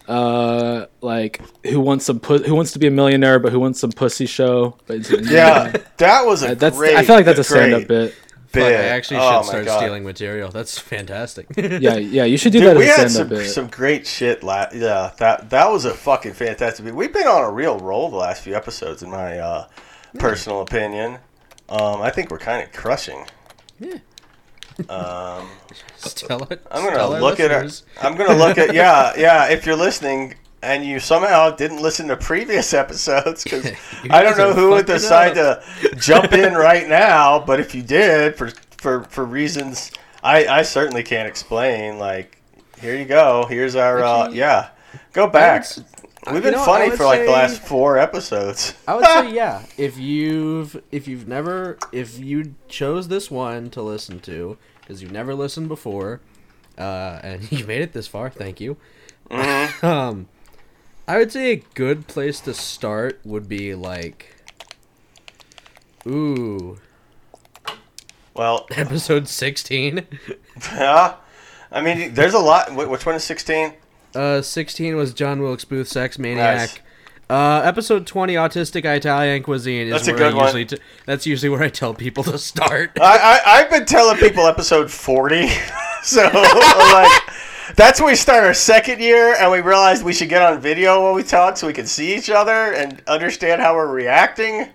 [SPEAKER 3] uh, like who wants some pu- who wants to be a millionaire but who wants some pussy show. But it's-
[SPEAKER 1] Yeah, that was a
[SPEAKER 3] Uh, that's
[SPEAKER 1] great.
[SPEAKER 3] I feel like that's a
[SPEAKER 1] great
[SPEAKER 3] stand up bit.
[SPEAKER 2] Fuck,
[SPEAKER 1] bit.
[SPEAKER 2] I actually should
[SPEAKER 1] Oh my
[SPEAKER 2] start
[SPEAKER 1] God.
[SPEAKER 2] stealing material. That's fantastic.
[SPEAKER 3] Yeah, yeah, you should do
[SPEAKER 1] Dude,
[SPEAKER 3] that
[SPEAKER 1] we
[SPEAKER 3] as a
[SPEAKER 1] had
[SPEAKER 3] stand up
[SPEAKER 1] some,
[SPEAKER 3] bit.
[SPEAKER 1] some great shit. La- yeah, that that was a fucking fantastic. bit. We've been on a real roll the last few episodes, in my uh, personal opinion. Um, I think we're kind of crushing.
[SPEAKER 2] Stella,
[SPEAKER 1] I'm gonna look at. Our, I'm gonna look at. Yeah, yeah. If you're listening and you somehow didn't listen to previous episodes, because
[SPEAKER 2] You
[SPEAKER 1] I don't
[SPEAKER 2] guys
[SPEAKER 1] know
[SPEAKER 2] are
[SPEAKER 1] who would
[SPEAKER 2] fucking
[SPEAKER 1] decide to jump in right now, but if you did for for for reasons I I certainly can't explain. Like, here you go. Here's our. Uh,
[SPEAKER 2] Actually,
[SPEAKER 1] yeah, go back.
[SPEAKER 2] s-
[SPEAKER 1] We've
[SPEAKER 2] you
[SPEAKER 1] been
[SPEAKER 2] know, I
[SPEAKER 1] funny
[SPEAKER 2] would
[SPEAKER 1] for like the
[SPEAKER 2] say-
[SPEAKER 1] last four episodes.
[SPEAKER 2] I would say yeah. If you've if you've never if you chose this one to listen to because you've never listened before, uh, and you made it this far, thank you.
[SPEAKER 1] Mm-hmm.
[SPEAKER 2] um, I would say a good place to start would be like, ooh,
[SPEAKER 1] Well,
[SPEAKER 2] episode sixteen.
[SPEAKER 1] yeah. I mean, there's a lot. wh- Which one is sixteen?
[SPEAKER 2] Uh, 16 was John Wilkes Booth, Sex Maniac. Uh, episode 20, Autistic Italian Cuisine is
[SPEAKER 1] That's a
[SPEAKER 2] where
[SPEAKER 1] good
[SPEAKER 2] I
[SPEAKER 1] one.
[SPEAKER 2] usually t- that's usually where I tell people to start.
[SPEAKER 1] I, I I've been telling people episode forty, so like that's when we start our second year, and we realized we should get on video when we talk so we can see each other and understand how we're reacting.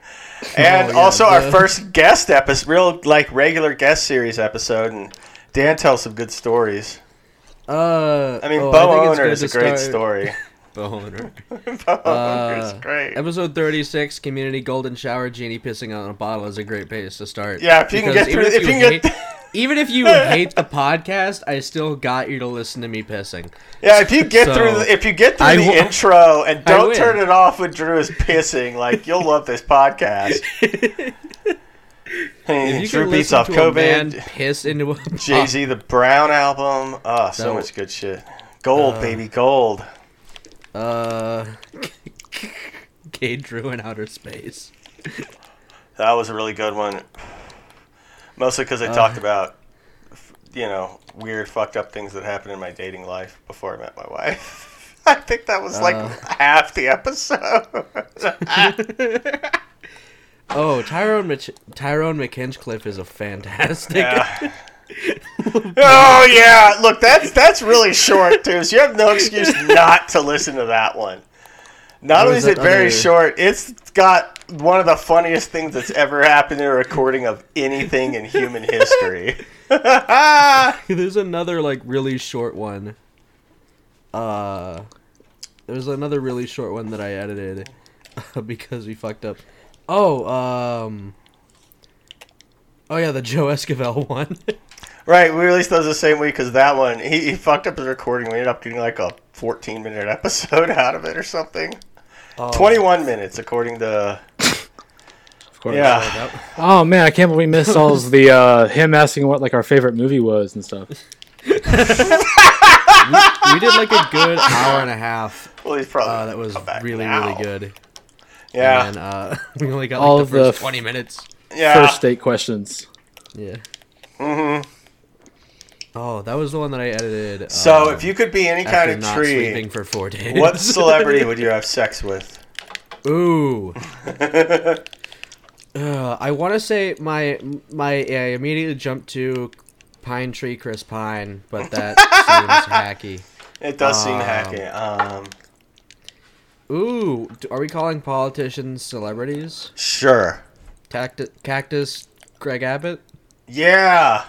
[SPEAKER 1] And
[SPEAKER 2] Oh, yeah,
[SPEAKER 1] also our
[SPEAKER 2] the-
[SPEAKER 1] first guest episode, real like regular guest series episode, and Dan tells some good stories.
[SPEAKER 2] Uh,
[SPEAKER 1] I mean,
[SPEAKER 2] oh,
[SPEAKER 1] Bo
[SPEAKER 2] think it's
[SPEAKER 1] Owner
[SPEAKER 2] good
[SPEAKER 1] is
[SPEAKER 2] to
[SPEAKER 1] a great
[SPEAKER 2] start-
[SPEAKER 1] story.
[SPEAKER 2] Bo Owner.
[SPEAKER 1] Bo Owner is
[SPEAKER 2] Uh,
[SPEAKER 1] great.
[SPEAKER 2] Episode 36, Community Golden Shower, Genie Pissing on a Bottle is a great place to start.
[SPEAKER 1] Yeah, if you can
[SPEAKER 2] Because
[SPEAKER 1] get through-
[SPEAKER 2] even
[SPEAKER 1] if you can get-
[SPEAKER 2] hate- Even if you hate the podcast, I still got you to listen to me pissing.
[SPEAKER 1] Yeah, if you get
[SPEAKER 2] So-
[SPEAKER 1] through the, if you get through
[SPEAKER 2] I
[SPEAKER 1] the
[SPEAKER 2] wi-
[SPEAKER 1] intro and
[SPEAKER 2] I
[SPEAKER 1] don't
[SPEAKER 2] win.
[SPEAKER 1] turn it off when Drew is pissing, like you'll love this podcast.
[SPEAKER 2] If
[SPEAKER 1] Hey,
[SPEAKER 2] you
[SPEAKER 1] Drew
[SPEAKER 2] can
[SPEAKER 1] beats
[SPEAKER 2] listen
[SPEAKER 1] off
[SPEAKER 2] to a Ah. man
[SPEAKER 1] COVID.
[SPEAKER 2] piss into a
[SPEAKER 1] Jay Z, the Brown album. Ah, so
[SPEAKER 2] That-
[SPEAKER 1] much good shit. Gold, baby, gold.
[SPEAKER 2] Uh, K. Drew in outer space.
[SPEAKER 1] That was a really good one. Mostly because
[SPEAKER 2] uh,
[SPEAKER 1] I talked about, f- you know, weird fucked up things that happened in my dating life before I met my wife. I think that was like
[SPEAKER 2] Uh.
[SPEAKER 1] half the episode.
[SPEAKER 2] Oh, Tyrone Mc- Tyrone McHinchcliffe is a fantastic.
[SPEAKER 1] Yeah. oh yeah, look that's that's really short too. So you have no excuse not to listen to that one. Not
[SPEAKER 2] What
[SPEAKER 1] only
[SPEAKER 2] is
[SPEAKER 1] is it
[SPEAKER 2] that
[SPEAKER 1] very
[SPEAKER 2] other-
[SPEAKER 1] short, it's got one of the funniest things that's ever happened in a recording of anything in human history.
[SPEAKER 2] There's another like really short one. Uh, there's another really short one that I edited because we fucked up. Oh, um. Oh yeah, the Joe Esquivel one.
[SPEAKER 1] Right, we released those the same week because that one he, he fucked up the recording. We ended up getting like a 14 minute episode out of it or something.
[SPEAKER 2] Oh,
[SPEAKER 1] 21 minutes according to
[SPEAKER 3] Of course.
[SPEAKER 1] yeah.
[SPEAKER 2] that-
[SPEAKER 3] Oh man, I can't believe we missed all of the uh, him asking what like our favorite movie was and stuff.
[SPEAKER 2] we did like a good hour and a half.
[SPEAKER 1] Well, he's probably
[SPEAKER 2] Uh,
[SPEAKER 1] gonna
[SPEAKER 2] that was
[SPEAKER 1] come back
[SPEAKER 2] really
[SPEAKER 1] now.
[SPEAKER 2] really good.
[SPEAKER 1] Yeah,
[SPEAKER 2] And uh, we only got
[SPEAKER 3] All
[SPEAKER 2] like
[SPEAKER 3] of
[SPEAKER 2] the first
[SPEAKER 3] the f-
[SPEAKER 2] twenty minutes.
[SPEAKER 1] Yeah.
[SPEAKER 3] first date questions.
[SPEAKER 2] Yeah. Mm-hmm. Oh, that was the one that I edited.
[SPEAKER 1] so
[SPEAKER 2] um,
[SPEAKER 1] if you could be any
[SPEAKER 2] after
[SPEAKER 1] kind of
[SPEAKER 2] not
[SPEAKER 1] tree,
[SPEAKER 2] sleeping for four days.
[SPEAKER 1] what celebrity would you have sex with?
[SPEAKER 2] Ooh. Uh, I want to say my my I immediately jumped to Pine Tree Chris Pine, but that seems hacky.
[SPEAKER 1] It does seem
[SPEAKER 2] Um,
[SPEAKER 1] hacky. Um,
[SPEAKER 2] Ooh, d- are we calling politicians celebrities?
[SPEAKER 1] sure.
[SPEAKER 2] Tacti- Cactus Greg Abbott?
[SPEAKER 1] Yeah.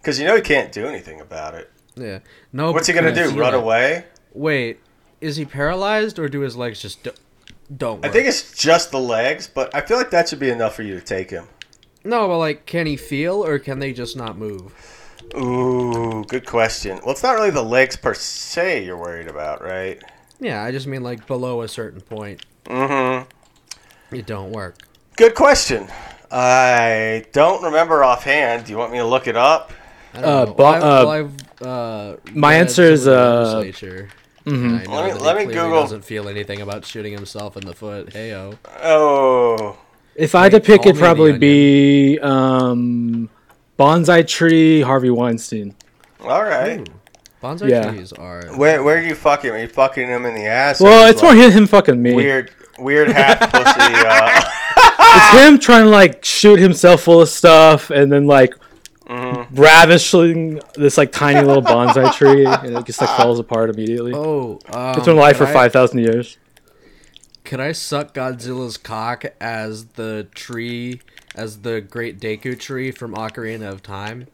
[SPEAKER 1] Because you know he can't do anything about it.
[SPEAKER 2] Oh, Yeah. No.
[SPEAKER 1] What's he gonna
[SPEAKER 2] because
[SPEAKER 1] do? Run
[SPEAKER 2] like-
[SPEAKER 1] away?
[SPEAKER 2] Wait, is he paralyzed or do his legs just do- don't
[SPEAKER 1] I
[SPEAKER 2] work?
[SPEAKER 1] think it's just the legs, but I feel like that should be enough for you to take him.
[SPEAKER 2] no, but like, can he feel or can they just not move?
[SPEAKER 1] Ooh, good question. Well, it's not really the legs per se you're worried about, right?
[SPEAKER 2] Yeah, I just mean like below a certain point,
[SPEAKER 1] Mm-hmm.
[SPEAKER 2] it don't work.
[SPEAKER 1] Good question. I don't remember offhand. Do you want me to look it up?
[SPEAKER 2] I don't
[SPEAKER 3] Uh,
[SPEAKER 2] know.
[SPEAKER 3] bo-
[SPEAKER 2] I've- well,
[SPEAKER 3] uh,
[SPEAKER 2] I've, uh,
[SPEAKER 3] my
[SPEAKER 2] read
[SPEAKER 3] answer
[SPEAKER 2] some
[SPEAKER 3] is,
[SPEAKER 2] of the
[SPEAKER 3] uh, mm-hmm.
[SPEAKER 2] legislature, and I know
[SPEAKER 1] Let me-
[SPEAKER 2] that he
[SPEAKER 1] let me
[SPEAKER 2] clearly
[SPEAKER 1] Google.
[SPEAKER 2] Doesn't feel anything about shooting himself in the foot. Heyo.
[SPEAKER 1] Oh,
[SPEAKER 3] If I had to
[SPEAKER 2] Wait,
[SPEAKER 3] pick,
[SPEAKER 2] call
[SPEAKER 3] it'd
[SPEAKER 2] me the
[SPEAKER 3] probably be um, bonsai tree Harvey Weinstein.
[SPEAKER 1] all right.
[SPEAKER 2] Bonsai
[SPEAKER 3] Yeah.
[SPEAKER 2] trees are.
[SPEAKER 1] Where where are you fucking? Are you fucking him in the ass? or
[SPEAKER 3] Well,
[SPEAKER 1] just
[SPEAKER 3] it's
[SPEAKER 1] like
[SPEAKER 3] more him, him fucking me.
[SPEAKER 1] weird, weird half pussy. Uh,
[SPEAKER 3] It's him trying to like shoot himself full of stuff and then like
[SPEAKER 2] Mm-hmm.
[SPEAKER 3] ravishing this like tiny little bonsai tree and it just like falls apart immediately.
[SPEAKER 2] Oh, um,
[SPEAKER 3] it's been alive for
[SPEAKER 2] could I-
[SPEAKER 3] five thousand years.
[SPEAKER 2] Could I suck Godzilla's cock as the tree, as the Great Deku tree from Ocarina of Time?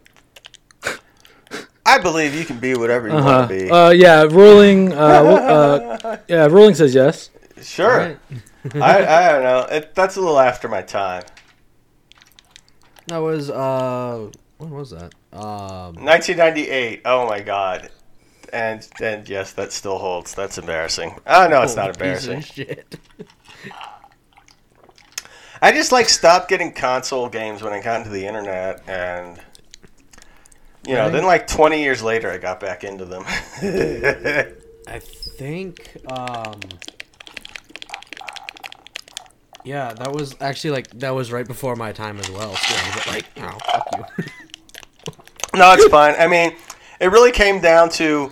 [SPEAKER 1] I believe you can be whatever you
[SPEAKER 3] Uh-huh.
[SPEAKER 1] want to be.
[SPEAKER 3] Uh, yeah, ruling. Uh, w- uh, yeah, ruling says yes.
[SPEAKER 1] sure.
[SPEAKER 2] Right?
[SPEAKER 1] I, I don't know. It, that's a little after my time.
[SPEAKER 2] That was uh, when was that? Um,
[SPEAKER 1] 1998. Oh my god. And and yes, that still holds. That's embarrassing. Oh no, it's
[SPEAKER 2] holy
[SPEAKER 1] not
[SPEAKER 2] piece of
[SPEAKER 1] embarrassing.
[SPEAKER 2] Shit.
[SPEAKER 1] I just like stopped getting console games when I got into the internet, and you know,
[SPEAKER 2] Really?
[SPEAKER 1] then like 20 years later, I got back into them.
[SPEAKER 2] I think um Yeah, that was actually like that was right before my time as well. So but like, oh, fuck you.
[SPEAKER 1] no, it's fine. I mean, it really came down to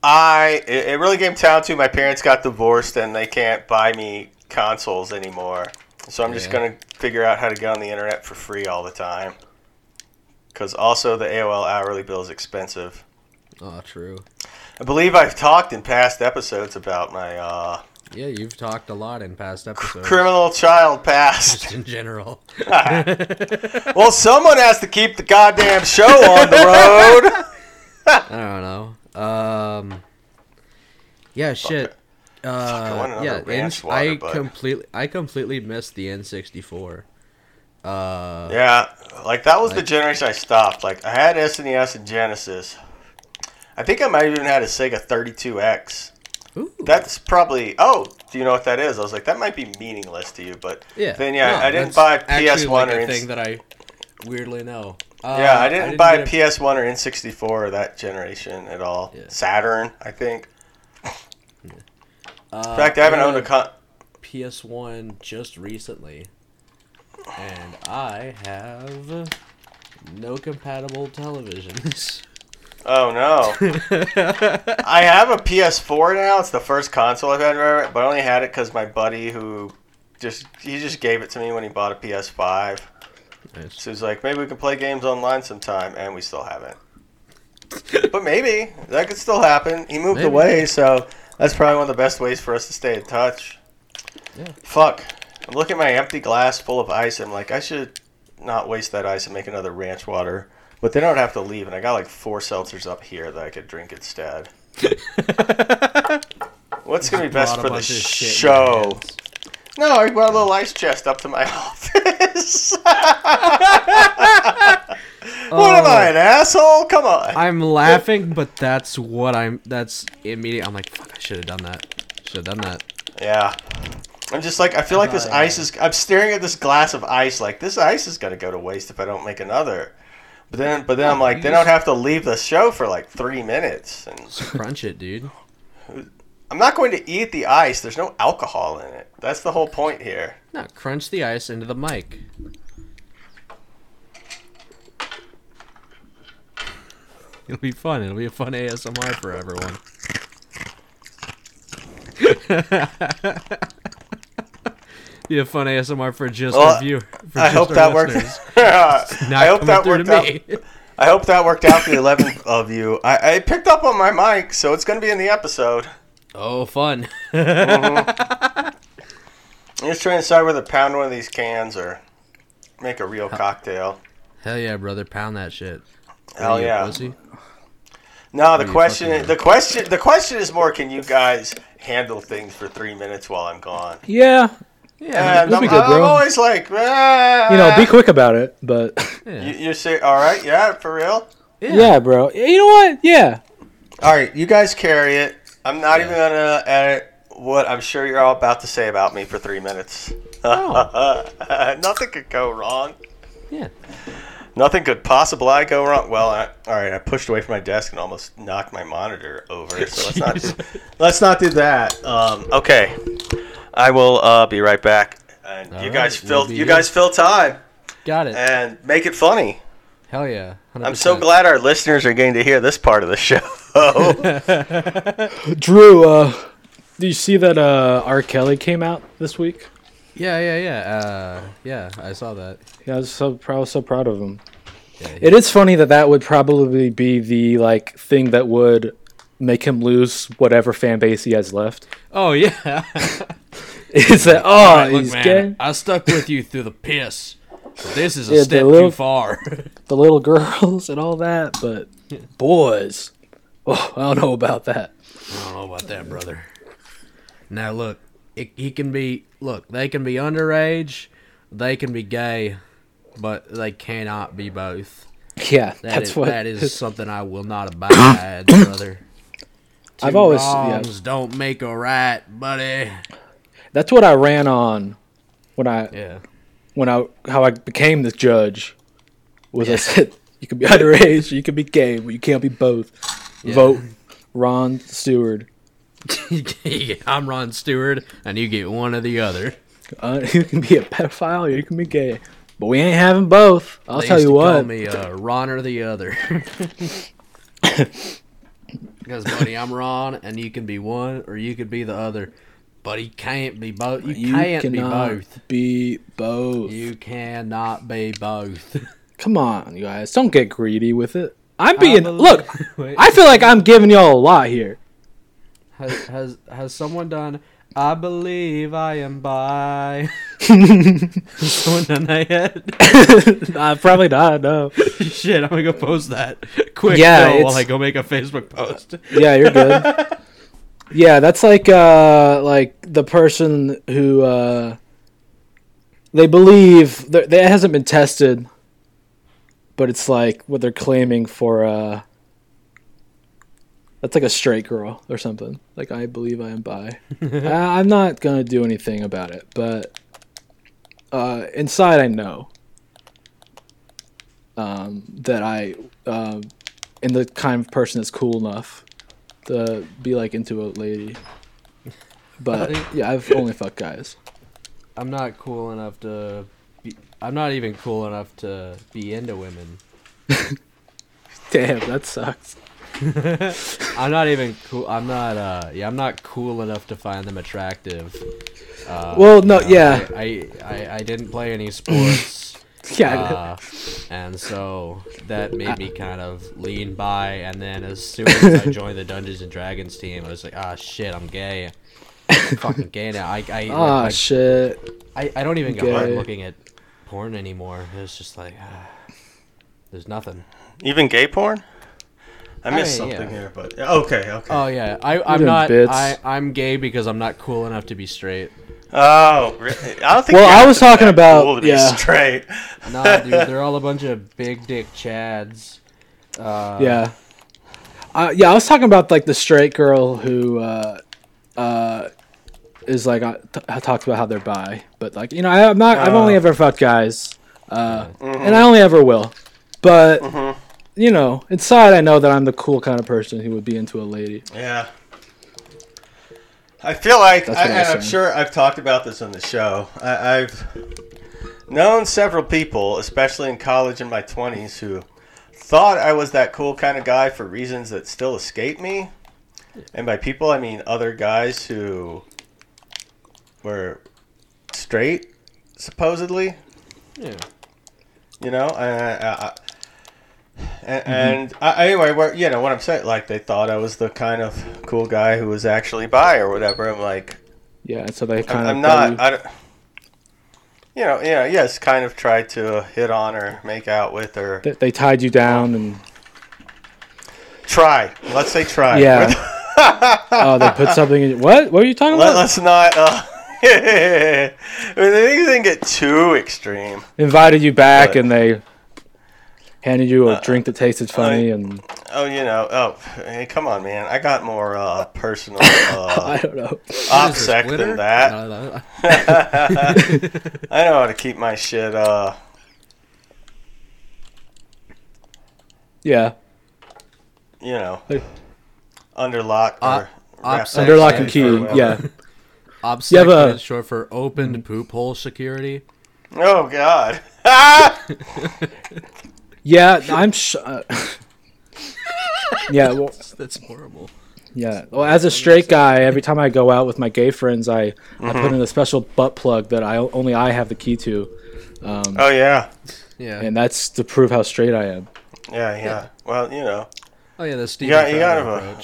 [SPEAKER 1] I. It, it really came down to my parents got divorced, and they can't buy me consoles anymore. So I'm just
[SPEAKER 2] Yeah.
[SPEAKER 1] gonna figure out how to get on the internet for free all the time. Because also the AOL hourly bill is expensive.
[SPEAKER 2] oh, true.
[SPEAKER 1] I believe I've talked in past episodes about my uh,
[SPEAKER 2] Yeah, you've talked a lot in past episodes
[SPEAKER 1] criminal child past.
[SPEAKER 2] just in general.
[SPEAKER 1] well, someone has to keep the goddamn show on the road.
[SPEAKER 2] I don't know. Um Yeah, shit.
[SPEAKER 1] I want
[SPEAKER 2] Uh,
[SPEAKER 1] another
[SPEAKER 2] yeah,
[SPEAKER 1] ranch
[SPEAKER 2] N-
[SPEAKER 1] water,
[SPEAKER 2] I
[SPEAKER 1] but-
[SPEAKER 2] completely I completely missed the N64. Uh
[SPEAKER 1] yeah, like that was the generation I stopped. Like I had SNES and Genesis. I think I might have even had a Sega 32X.
[SPEAKER 2] ooh,
[SPEAKER 1] That's probably. Oh, do you know what that is? I was like, that might be meaningless to you, but
[SPEAKER 2] yeah.
[SPEAKER 1] Then yeah,
[SPEAKER 2] No,
[SPEAKER 1] I didn't
[SPEAKER 2] that's
[SPEAKER 1] buy
[SPEAKER 2] actually,
[SPEAKER 1] PS1
[SPEAKER 2] like,
[SPEAKER 1] or
[SPEAKER 2] a
[SPEAKER 1] N-
[SPEAKER 2] thing that I weirdly know. Uh,
[SPEAKER 1] yeah, I didn't, buy
[SPEAKER 2] get a-
[SPEAKER 1] PS1 or N64 or that generation at all.
[SPEAKER 2] Yeah.
[SPEAKER 1] Saturn, I think.
[SPEAKER 2] Uh,
[SPEAKER 1] In fact, I haven't owned a
[SPEAKER 2] got
[SPEAKER 1] con.
[SPEAKER 2] PS1 just recently, and I have no compatible televisions.
[SPEAKER 1] Oh no. I have a PS4 now. It's the first console I've had, right? but I only had it because my buddy who just he just gave it to me when he bought a PS5.
[SPEAKER 2] nice.
[SPEAKER 1] So he's like, maybe we can play games online sometime, and we still haven't. but maybe that could still happen. He moved
[SPEAKER 2] Maybe.
[SPEAKER 1] away, so that's probably one of the best ways for us to stay in touch.
[SPEAKER 2] Yeah.
[SPEAKER 1] Fuck. I'm looking at my empty glass full of ice. I'm like, I should not waste that ice and make another ranch water. But then I would have to leave, and I got like four seltzers up here that I could drink instead. What's gonna be best
[SPEAKER 2] Bought a
[SPEAKER 1] for the
[SPEAKER 2] bunch of shit in my
[SPEAKER 1] show?
[SPEAKER 2] hands.
[SPEAKER 1] No, I brought a little ice chest up to my office. What am
[SPEAKER 2] Oh.
[SPEAKER 1] I, an asshole? Come on.
[SPEAKER 2] I'm laughing, but that's what I'm. That's immediate. I'm like, fuck, I should have done that. Should have done that.
[SPEAKER 1] yeah. I'm just like, I feel like this
[SPEAKER 2] Uh,
[SPEAKER 1] ice is. I'm staring at this glass of ice, like, this ice is going to go to waste if I don't make another. But then, but then I'm like,
[SPEAKER 2] you
[SPEAKER 1] then I'd have to leave the show for like three minutes, and
[SPEAKER 2] Crunch it, dude.
[SPEAKER 1] I'm not going to eat the ice. There's no alcohol in it. That's the whole point here.
[SPEAKER 2] No, crunch the ice into the mic. It'll be fun. It'll be a fun ASMR for everyone. be a fun ASMR for just
[SPEAKER 1] Well,
[SPEAKER 2] our viewer. For
[SPEAKER 1] I
[SPEAKER 2] just
[SPEAKER 1] hope
[SPEAKER 2] our
[SPEAKER 1] that worked.
[SPEAKER 2] listeners. Not
[SPEAKER 1] I hope
[SPEAKER 2] coming
[SPEAKER 1] that
[SPEAKER 2] through
[SPEAKER 1] worked
[SPEAKER 2] to
[SPEAKER 1] out.
[SPEAKER 2] me.
[SPEAKER 1] I hope that worked out for the 11 of you. I, I picked up on my mic, so it's going to be in the episode.
[SPEAKER 2] Oh, fun.
[SPEAKER 1] I'm just trying to decide whether to pound one of these cans or make a real cocktail.
[SPEAKER 2] Hell yeah, brother. Pound that shit.
[SPEAKER 1] Hell
[SPEAKER 2] You
[SPEAKER 1] yeah.
[SPEAKER 2] pussy.
[SPEAKER 1] No, the
[SPEAKER 2] you
[SPEAKER 1] question
[SPEAKER 2] fucking-
[SPEAKER 1] the question the question is more can you guys handle things for 3 minutes while I'm gone?
[SPEAKER 3] Yeah,
[SPEAKER 2] Yeah.
[SPEAKER 1] And
[SPEAKER 3] we'll
[SPEAKER 1] I'm,
[SPEAKER 3] be good,
[SPEAKER 1] I'm
[SPEAKER 3] bro.
[SPEAKER 1] always like, ah.
[SPEAKER 3] you know,
[SPEAKER 2] Uh,
[SPEAKER 3] be quick about it. But
[SPEAKER 1] You, you're say, all right, yeah, for real.
[SPEAKER 3] yeah, bro. Yeah, You know what? Yeah,
[SPEAKER 1] All right, you guys carry it. I'm not even gonna edit what I'm sure you're all about to say about me for three minutes.
[SPEAKER 3] Oh.
[SPEAKER 1] Nothing could go wrong.
[SPEAKER 2] Yeah.
[SPEAKER 1] Nothing could possibly go wrong. Well, I, all right, I pushed away from my desk and almost knocked my monitor over. So let's not do, let's not do that. Um, okay, I will uh, be right back. And you
[SPEAKER 2] right,
[SPEAKER 1] guys
[SPEAKER 2] we'll
[SPEAKER 1] fill
[SPEAKER 2] be
[SPEAKER 1] you
[SPEAKER 2] here.
[SPEAKER 1] guys fill time
[SPEAKER 2] Got it.
[SPEAKER 1] and make it funny.
[SPEAKER 2] Hell yeah.
[SPEAKER 1] I'm so glad our listeners are getting to hear this part of the show.
[SPEAKER 3] Drew. Uh, do you see that uh, R. Kelly came out this week?
[SPEAKER 2] Yeah, yeah, yeah. Uh, yeah, I saw that.
[SPEAKER 3] Yeah, I was so proud, so proud of him.
[SPEAKER 2] Yeah, he-
[SPEAKER 3] It is funny that that would probably be the like thing that would make him lose whatever fan base he has left.
[SPEAKER 2] Oh, yeah.
[SPEAKER 3] It's that oh,
[SPEAKER 2] Look,
[SPEAKER 3] he's
[SPEAKER 2] man,
[SPEAKER 3] gay.
[SPEAKER 2] I stuck with you through the piss. But this is a
[SPEAKER 3] Yeah, the
[SPEAKER 2] step
[SPEAKER 3] little-
[SPEAKER 2] too far.
[SPEAKER 3] The little girls and all that, but boys, oh, I don't know about that.
[SPEAKER 2] I don't know about that, brother. Now look, it, he can be. Look, they can be underage, they can be gay, but they cannot be both.
[SPEAKER 3] Yeah,
[SPEAKER 2] That
[SPEAKER 3] that's
[SPEAKER 2] is-
[SPEAKER 3] what
[SPEAKER 2] that is something I will not abide, brother. Two
[SPEAKER 3] I've always yeah,
[SPEAKER 2] wrongs don't make a right, buddy.
[SPEAKER 3] that's what I ran on when I
[SPEAKER 2] Yeah.
[SPEAKER 3] when I how I became this judge was I said you can be underage, you can be gay, but you can't be both. Vote Ron Stewart.
[SPEAKER 2] I'm Ron Stewart, and you get one or the other.
[SPEAKER 3] Uh, you can be a pedophile or you can be gay. But we ain't having both. I'll
[SPEAKER 2] They
[SPEAKER 3] tell
[SPEAKER 2] used
[SPEAKER 3] you
[SPEAKER 2] to Call
[SPEAKER 3] what.
[SPEAKER 2] me uh, Ron or the other. Because buddy, I'm Ron, and you can be one or you could be the other. But he can't be both. You,
[SPEAKER 3] you
[SPEAKER 2] can't be
[SPEAKER 3] cannot
[SPEAKER 2] both.
[SPEAKER 3] be both.
[SPEAKER 2] You cannot be both.
[SPEAKER 3] Come on, you guys. Don't get greedy with it. I'm being
[SPEAKER 2] believe-
[SPEAKER 3] look.
[SPEAKER 2] Wait.
[SPEAKER 3] I feel like I'm giving y'all a lot here.
[SPEAKER 2] has has has someone done? I believe I am bi. has someone done that yet?
[SPEAKER 3] I probably not. No.
[SPEAKER 2] Shit, I'm gonna go post that quick.
[SPEAKER 3] Yeah,
[SPEAKER 2] though,
[SPEAKER 3] it's-
[SPEAKER 2] while I go make a Facebook post.
[SPEAKER 3] Yeah, you're good. yeah, that's like uh like the person who uh they believe that that hasn't been tested, but it's like what they're claiming for uh that's like a straight girl or something. Like I believe I am bi. I, I'm not gonna do anything about it, but uh inside I know um that I um and the kind of person that's cool enough to be like into a lady. But yeah, I've only fucked guys.
[SPEAKER 2] I'm not cool enough to. Be, I'm not even cool enough to be into women.
[SPEAKER 3] Damn, that sucks.
[SPEAKER 2] I'm not even cool. I'm not. Uh, yeah, I'm not cool enough to find them attractive. Uh,
[SPEAKER 3] Well, no,
[SPEAKER 2] you know,
[SPEAKER 3] yeah.
[SPEAKER 2] I, I, I, I didn't play any sports.
[SPEAKER 3] Yeah, Uh,
[SPEAKER 2] Uh, and so that made me kind of lean by, and then as soon as I joined the Dungeons and Dragons team, I was like, ah, shit, I'm gay. I'm fucking gay now. I, I,
[SPEAKER 3] Ah,
[SPEAKER 2] like,
[SPEAKER 3] shit.
[SPEAKER 2] I, I don't even go hard
[SPEAKER 3] Gay.
[SPEAKER 2] looking at porn anymore. It's just like, ah, there's nothing.
[SPEAKER 1] Even gay porn? I missed
[SPEAKER 2] I mean,
[SPEAKER 1] something
[SPEAKER 2] yeah.
[SPEAKER 1] here, but yeah, okay, okay.
[SPEAKER 3] Uh,
[SPEAKER 2] Oh yeah, I, I'm
[SPEAKER 3] Little
[SPEAKER 2] not.
[SPEAKER 3] bits.
[SPEAKER 2] I, I'm gay because I'm not cool enough to be straight.
[SPEAKER 1] oh, re- I don't think.
[SPEAKER 3] Well,
[SPEAKER 1] you
[SPEAKER 3] I
[SPEAKER 1] have
[SPEAKER 3] was
[SPEAKER 1] to be
[SPEAKER 3] talking
[SPEAKER 1] that
[SPEAKER 3] about-
[SPEAKER 1] cool to be
[SPEAKER 3] yeah.
[SPEAKER 1] straight.
[SPEAKER 2] Nah, dude, they're all a bunch of big dick chads. Uh,
[SPEAKER 3] yeah. Uh, yeah, I was talking about like the straight girl who uh, uh, is like I t- I talked about how they're bi, but like you know I, I'm not. I've only
[SPEAKER 2] Uh.
[SPEAKER 1] Oh.
[SPEAKER 3] ever fucked guys, uh, and I only ever will. But you know, inside I know that I'm the cool kind of person who would be into a lady.
[SPEAKER 1] Yeah. I feel like,
[SPEAKER 3] That's
[SPEAKER 1] I,
[SPEAKER 3] what I was
[SPEAKER 1] and I'm
[SPEAKER 3] saying.
[SPEAKER 1] sure I've talked about this on the show. I, I've known several people, especially in college in my 20s, who thought I was that cool kind of guy for reasons that still escape me. And by people, I mean other guys who were straight, supposedly.
[SPEAKER 2] Yeah.
[SPEAKER 1] You know, uh, uh, and,
[SPEAKER 3] Mm-hmm.
[SPEAKER 1] and I, anyway, where, you know what I'm saying? Like they thought I was the kind of cool guy who was actually bi or whatever. I'm like,
[SPEAKER 3] Yeah, so they
[SPEAKER 1] I'm,
[SPEAKER 3] kind of.
[SPEAKER 1] I'm not. I don't, you know, yeah, yes, kind of tried to hit on or make out with or
[SPEAKER 3] they, they tied you down and
[SPEAKER 1] try. Let's say try.
[SPEAKER 3] yeah. Oh, they put something in. What? What were you talking
[SPEAKER 1] Let,
[SPEAKER 3] about?
[SPEAKER 1] us not. Uh, I mean, things didn't get too extreme.
[SPEAKER 3] Invited you back
[SPEAKER 1] But-
[SPEAKER 3] and they handed you a
[SPEAKER 1] Uh,
[SPEAKER 3] drink that tasted funny and
[SPEAKER 1] Oh, you know. Oh, hey, come on, man. I got more uh, personal
[SPEAKER 3] I
[SPEAKER 1] uh,
[SPEAKER 3] don't know.
[SPEAKER 2] What is this,
[SPEAKER 1] OPSEC
[SPEAKER 2] Twitter?
[SPEAKER 1] than that.
[SPEAKER 2] No, no, no.
[SPEAKER 1] I know how to keep my shit. Uh,
[SPEAKER 3] Yeah,
[SPEAKER 1] you know,
[SPEAKER 3] Hey.
[SPEAKER 1] under lock
[SPEAKER 2] Uh,
[SPEAKER 1] or wrapped
[SPEAKER 2] OPSEC
[SPEAKER 1] up
[SPEAKER 3] under lock and
[SPEAKER 1] safe
[SPEAKER 3] key.
[SPEAKER 1] or whatever.
[SPEAKER 3] Yeah,
[SPEAKER 2] OPSEC
[SPEAKER 3] You have a-
[SPEAKER 2] is short for opened poop hole security.
[SPEAKER 1] Oh God. Ah!
[SPEAKER 3] yeah. I'm. Sh- uh, yeah. Well,
[SPEAKER 2] That's horrible.
[SPEAKER 3] Yeah. Well, as a straight guy, every time I go out with my gay friends, I, I
[SPEAKER 1] Mm-hmm.
[SPEAKER 3] put in a special butt plug that I only I have the key to,
[SPEAKER 1] Oh yeah.
[SPEAKER 2] Yeah.
[SPEAKER 3] and that's to prove how straight I am.
[SPEAKER 1] Yeah, yeah. Well, you know,
[SPEAKER 2] oh yeah, the Steve.
[SPEAKER 1] you got you got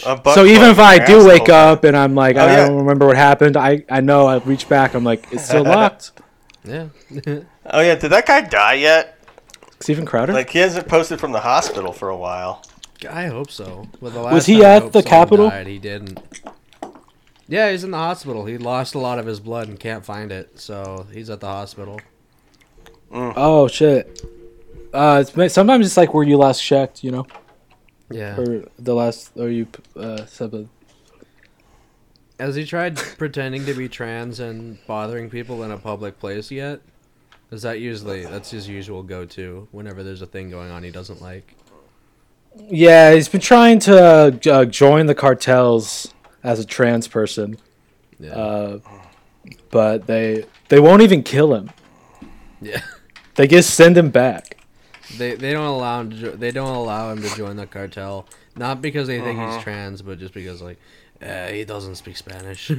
[SPEAKER 1] a, a butt
[SPEAKER 3] so
[SPEAKER 1] plug
[SPEAKER 3] even if I
[SPEAKER 1] in
[SPEAKER 3] do
[SPEAKER 1] your
[SPEAKER 3] wake
[SPEAKER 1] asshole.
[SPEAKER 3] up and I'm like,
[SPEAKER 1] Oh,
[SPEAKER 3] I
[SPEAKER 1] yeah.
[SPEAKER 3] don't remember what happened, I, I know I reach back. I'm like, it's still locked.
[SPEAKER 2] Yeah.
[SPEAKER 1] Oh yeah, did that guy die yet?
[SPEAKER 3] Stephen Crowder.
[SPEAKER 1] Like he hasn't posted from the hospital for a while.
[SPEAKER 2] I hope so. Well, the
[SPEAKER 3] Was
[SPEAKER 2] last
[SPEAKER 3] he
[SPEAKER 2] time I
[SPEAKER 3] at
[SPEAKER 2] hope
[SPEAKER 3] the
[SPEAKER 2] someone
[SPEAKER 3] Capitol?
[SPEAKER 2] died, he didn't. Yeah, he's in the hospital. He lost a lot of his blood and can't find it, so he's at the hospital.
[SPEAKER 3] oh shit. Uh, it's, ma- sometimes it's like where you last checked, you know,
[SPEAKER 2] Yeah.
[SPEAKER 3] or the last, or you uh, said the-
[SPEAKER 2] Has he tried pretending to be trans and bothering people in a public place yet? Is that usually that's his usual go-to whenever there's a thing going on he doesn't like?
[SPEAKER 3] Yeah, he's been trying to uh, j- uh, join the cartels as a trans person.
[SPEAKER 2] Yeah.
[SPEAKER 3] Uh, but they they won't even kill him.
[SPEAKER 2] yeah.
[SPEAKER 3] They just send him back.
[SPEAKER 2] They they don't allow him to jo- they don't allow him to join the cartel not because they think he's trans but just because like uh, he doesn't speak Spanish.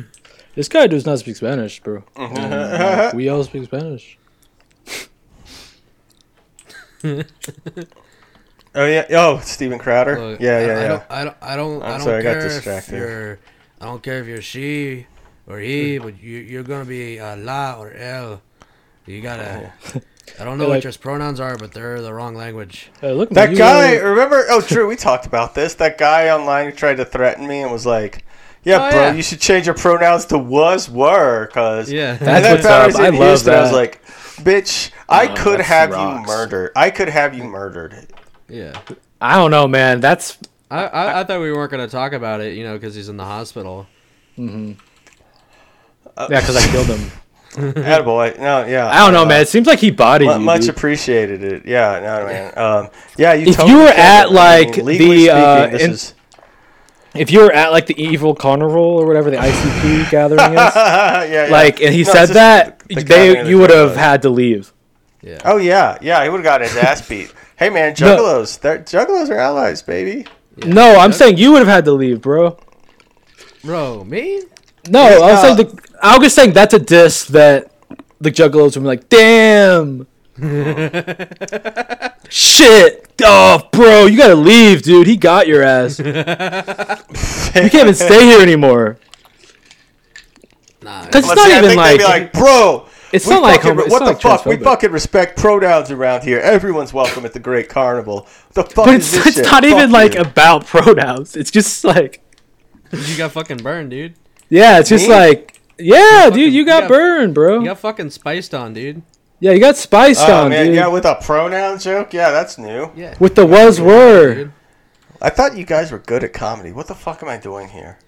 [SPEAKER 3] This guy does not speak Spanish, bro. And, like,
[SPEAKER 2] Mm.
[SPEAKER 3] we all speak Spanish.
[SPEAKER 1] Oh yeah. Oh, Steven Crowder.
[SPEAKER 2] Look,
[SPEAKER 1] yeah, yeah,
[SPEAKER 2] I, I
[SPEAKER 1] yeah.
[SPEAKER 2] don't, I don't, I don't, I
[SPEAKER 1] I'm
[SPEAKER 2] don't
[SPEAKER 1] sorry, I got
[SPEAKER 2] care if
[SPEAKER 1] distracted.
[SPEAKER 2] you're, I don't care if you're she or he, but you, you're gonna be uh, la or el. You gotta.
[SPEAKER 1] Oh.
[SPEAKER 2] I don't know what
[SPEAKER 3] Like-
[SPEAKER 2] your pronouns are, but they're the wrong language.
[SPEAKER 3] Hey, Uh, look, man,
[SPEAKER 1] That
[SPEAKER 3] you
[SPEAKER 1] guy,
[SPEAKER 3] really-
[SPEAKER 1] remember? Oh, true. We talked about this. That guy online who tried to threaten me and was like, "Yeah,
[SPEAKER 2] Oh,
[SPEAKER 1] bro,
[SPEAKER 2] yeah.
[SPEAKER 1] you should change your pronouns to was, were, cause
[SPEAKER 2] Yeah.
[SPEAKER 1] And
[SPEAKER 3] That's
[SPEAKER 1] then
[SPEAKER 3] what's
[SPEAKER 1] found
[SPEAKER 3] up.
[SPEAKER 1] out he's in
[SPEAKER 3] I love
[SPEAKER 1] Houston, I was
[SPEAKER 3] that. Oh,
[SPEAKER 1] like, "Bitch, I
[SPEAKER 4] No,
[SPEAKER 1] could
[SPEAKER 4] that's
[SPEAKER 1] have you
[SPEAKER 4] rocks.
[SPEAKER 1] murdered. I could have you murdered."
[SPEAKER 2] Yeah,
[SPEAKER 3] I don't know, man. That's
[SPEAKER 2] I, I, I thought we weren't gonna talk about it, you know, because he's in the hospital.
[SPEAKER 3] yeah, because I killed him.
[SPEAKER 1] Uh, Attaboy. No, yeah. Uh,
[SPEAKER 3] I don't know, man. It seems like he bodied
[SPEAKER 1] Mu-
[SPEAKER 3] you.
[SPEAKER 1] much
[SPEAKER 3] dude.
[SPEAKER 1] appreciated it. Yeah, no, man. Um, yeah, you.
[SPEAKER 3] If
[SPEAKER 1] totally
[SPEAKER 3] you were
[SPEAKER 1] killed
[SPEAKER 3] at,
[SPEAKER 1] it. I
[SPEAKER 3] like,
[SPEAKER 1] mean, legally
[SPEAKER 3] the, uh,
[SPEAKER 1] speaking, this
[SPEAKER 3] in-
[SPEAKER 1] is-
[SPEAKER 3] if you were at like the evil carnival or whatever the ICP gathering is,
[SPEAKER 1] yeah, yeah.
[SPEAKER 3] like, and he
[SPEAKER 1] No,
[SPEAKER 3] said
[SPEAKER 1] it's just
[SPEAKER 3] that,
[SPEAKER 1] the- the gathering of
[SPEAKER 3] they
[SPEAKER 1] the
[SPEAKER 3] you would have
[SPEAKER 1] juggalos.
[SPEAKER 3] had to leave.
[SPEAKER 2] Yeah.
[SPEAKER 1] Oh yeah, yeah. He would have got his ass beat. Hey man,
[SPEAKER 3] No.
[SPEAKER 1] juggalos. They're juggalos are allies, baby.
[SPEAKER 3] No, I'm saying you would have had to leave, bro.
[SPEAKER 2] Bro, me?
[SPEAKER 3] No, I was saying the, I was saying that's a diss that the juggalos would be like, damn. Shit. Oh, bro, you gotta leave, dude. He got your ass. you can't even stay here anymore.
[SPEAKER 2] Nah.
[SPEAKER 3] 'Cause it's
[SPEAKER 1] But
[SPEAKER 3] not
[SPEAKER 1] see, I
[SPEAKER 3] even
[SPEAKER 1] think
[SPEAKER 3] like,
[SPEAKER 1] they'd be like, bro.
[SPEAKER 3] it's
[SPEAKER 1] we
[SPEAKER 3] not like
[SPEAKER 1] fucking,
[SPEAKER 3] homo-
[SPEAKER 1] re-
[SPEAKER 3] it's
[SPEAKER 1] what
[SPEAKER 3] not
[SPEAKER 1] the
[SPEAKER 3] like
[SPEAKER 1] fuck? We
[SPEAKER 3] transphobic.
[SPEAKER 1] fucking respect pronouns around here. Everyone's welcome at the Great Carnival. The fuck
[SPEAKER 3] but
[SPEAKER 1] is
[SPEAKER 3] it's,
[SPEAKER 1] this
[SPEAKER 3] it's
[SPEAKER 1] shit?
[SPEAKER 3] not even
[SPEAKER 1] Fuck
[SPEAKER 3] like
[SPEAKER 1] you. Oh,
[SPEAKER 3] about pronouns. It's just like,
[SPEAKER 2] You got fucking burned, dude.
[SPEAKER 3] yeah, it's just
[SPEAKER 1] Me?
[SPEAKER 3] like, yeah,
[SPEAKER 2] fucking-
[SPEAKER 3] dude, you got
[SPEAKER 2] yeah.
[SPEAKER 3] burned, bro.
[SPEAKER 2] You got fucking spiced on, dude.
[SPEAKER 3] Yeah, you got spiced
[SPEAKER 1] Oh
[SPEAKER 3] on,
[SPEAKER 1] man,
[SPEAKER 3] dude.
[SPEAKER 1] yeah, with a pronoun joke. Yeah, that's new.
[SPEAKER 2] Yeah.
[SPEAKER 3] with the was were.
[SPEAKER 2] Dude.
[SPEAKER 1] I thought you guys were good at comedy. What the fuck am I doing here?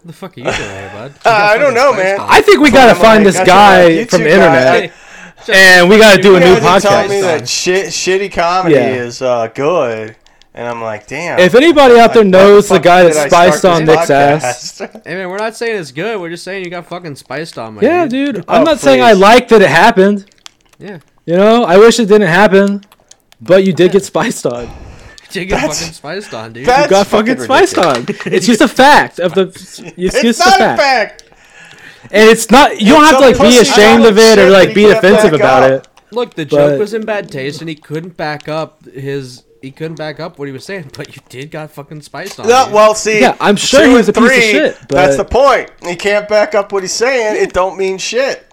[SPEAKER 2] What the fuck are you doing here, bud? You
[SPEAKER 1] Uh,
[SPEAKER 2] got
[SPEAKER 1] I don't
[SPEAKER 2] fucking
[SPEAKER 1] know,
[SPEAKER 2] spiced
[SPEAKER 1] man.
[SPEAKER 2] on.
[SPEAKER 3] I think we
[SPEAKER 1] Put
[SPEAKER 3] gotta
[SPEAKER 1] him
[SPEAKER 3] find
[SPEAKER 1] on-
[SPEAKER 3] this
[SPEAKER 1] got your
[SPEAKER 3] guy
[SPEAKER 1] YouTube
[SPEAKER 3] from the
[SPEAKER 1] guy.
[SPEAKER 3] internet,
[SPEAKER 1] Hey,
[SPEAKER 3] and we gotta do a
[SPEAKER 1] you
[SPEAKER 3] new
[SPEAKER 1] guys are telling me
[SPEAKER 3] podcast.
[SPEAKER 1] that shit, shitty comedy
[SPEAKER 3] Yeah.
[SPEAKER 1] is uh, good, and I'm like, damn.
[SPEAKER 3] If anybody out there
[SPEAKER 1] What
[SPEAKER 3] knows the
[SPEAKER 1] fuck
[SPEAKER 3] guy
[SPEAKER 1] did
[SPEAKER 3] that
[SPEAKER 1] I start
[SPEAKER 3] spiced on
[SPEAKER 1] this
[SPEAKER 3] Nick's ass,
[SPEAKER 1] podcast?
[SPEAKER 2] Hey man, we're not saying it's good. We're just saying you got fucking spiced on, my
[SPEAKER 3] yeah,
[SPEAKER 2] dude.
[SPEAKER 3] dude, I'm
[SPEAKER 1] Oh,
[SPEAKER 3] not saying
[SPEAKER 1] please.
[SPEAKER 3] I like that it happened.
[SPEAKER 2] Yeah.
[SPEAKER 3] You know, I wish it didn't happen, but you did get spiced on.
[SPEAKER 2] Jake got
[SPEAKER 1] That's-
[SPEAKER 2] fucking spiced on, dude.
[SPEAKER 1] that-
[SPEAKER 3] You got
[SPEAKER 1] That's
[SPEAKER 3] fucking
[SPEAKER 1] fucking
[SPEAKER 3] spiced on. It's just a fact of the. It's,
[SPEAKER 1] It's
[SPEAKER 3] just
[SPEAKER 1] not
[SPEAKER 3] a fact.
[SPEAKER 1] a fact.
[SPEAKER 3] and it's not. You don't
[SPEAKER 1] It's
[SPEAKER 3] have to
[SPEAKER 1] a
[SPEAKER 3] like be
[SPEAKER 1] pussy
[SPEAKER 3] ashamed
[SPEAKER 1] shot
[SPEAKER 3] of it or
[SPEAKER 1] shit
[SPEAKER 3] like
[SPEAKER 1] that
[SPEAKER 3] be
[SPEAKER 1] he can't
[SPEAKER 3] offensive
[SPEAKER 1] back
[SPEAKER 3] about
[SPEAKER 1] up.
[SPEAKER 3] it.
[SPEAKER 2] Look, the
[SPEAKER 3] but-
[SPEAKER 2] joke was in bad taste, and he couldn't back up his. He couldn't back up what he was saying, but you did got fucking spiced on.
[SPEAKER 1] No,
[SPEAKER 2] dude.
[SPEAKER 1] well, see,
[SPEAKER 3] Yeah, I'm sure
[SPEAKER 1] two
[SPEAKER 3] he
[SPEAKER 1] and
[SPEAKER 3] was a piece of shit,
[SPEAKER 1] That's
[SPEAKER 3] but-
[SPEAKER 1] the point. He can't back up what he's saying. It don't mean shit.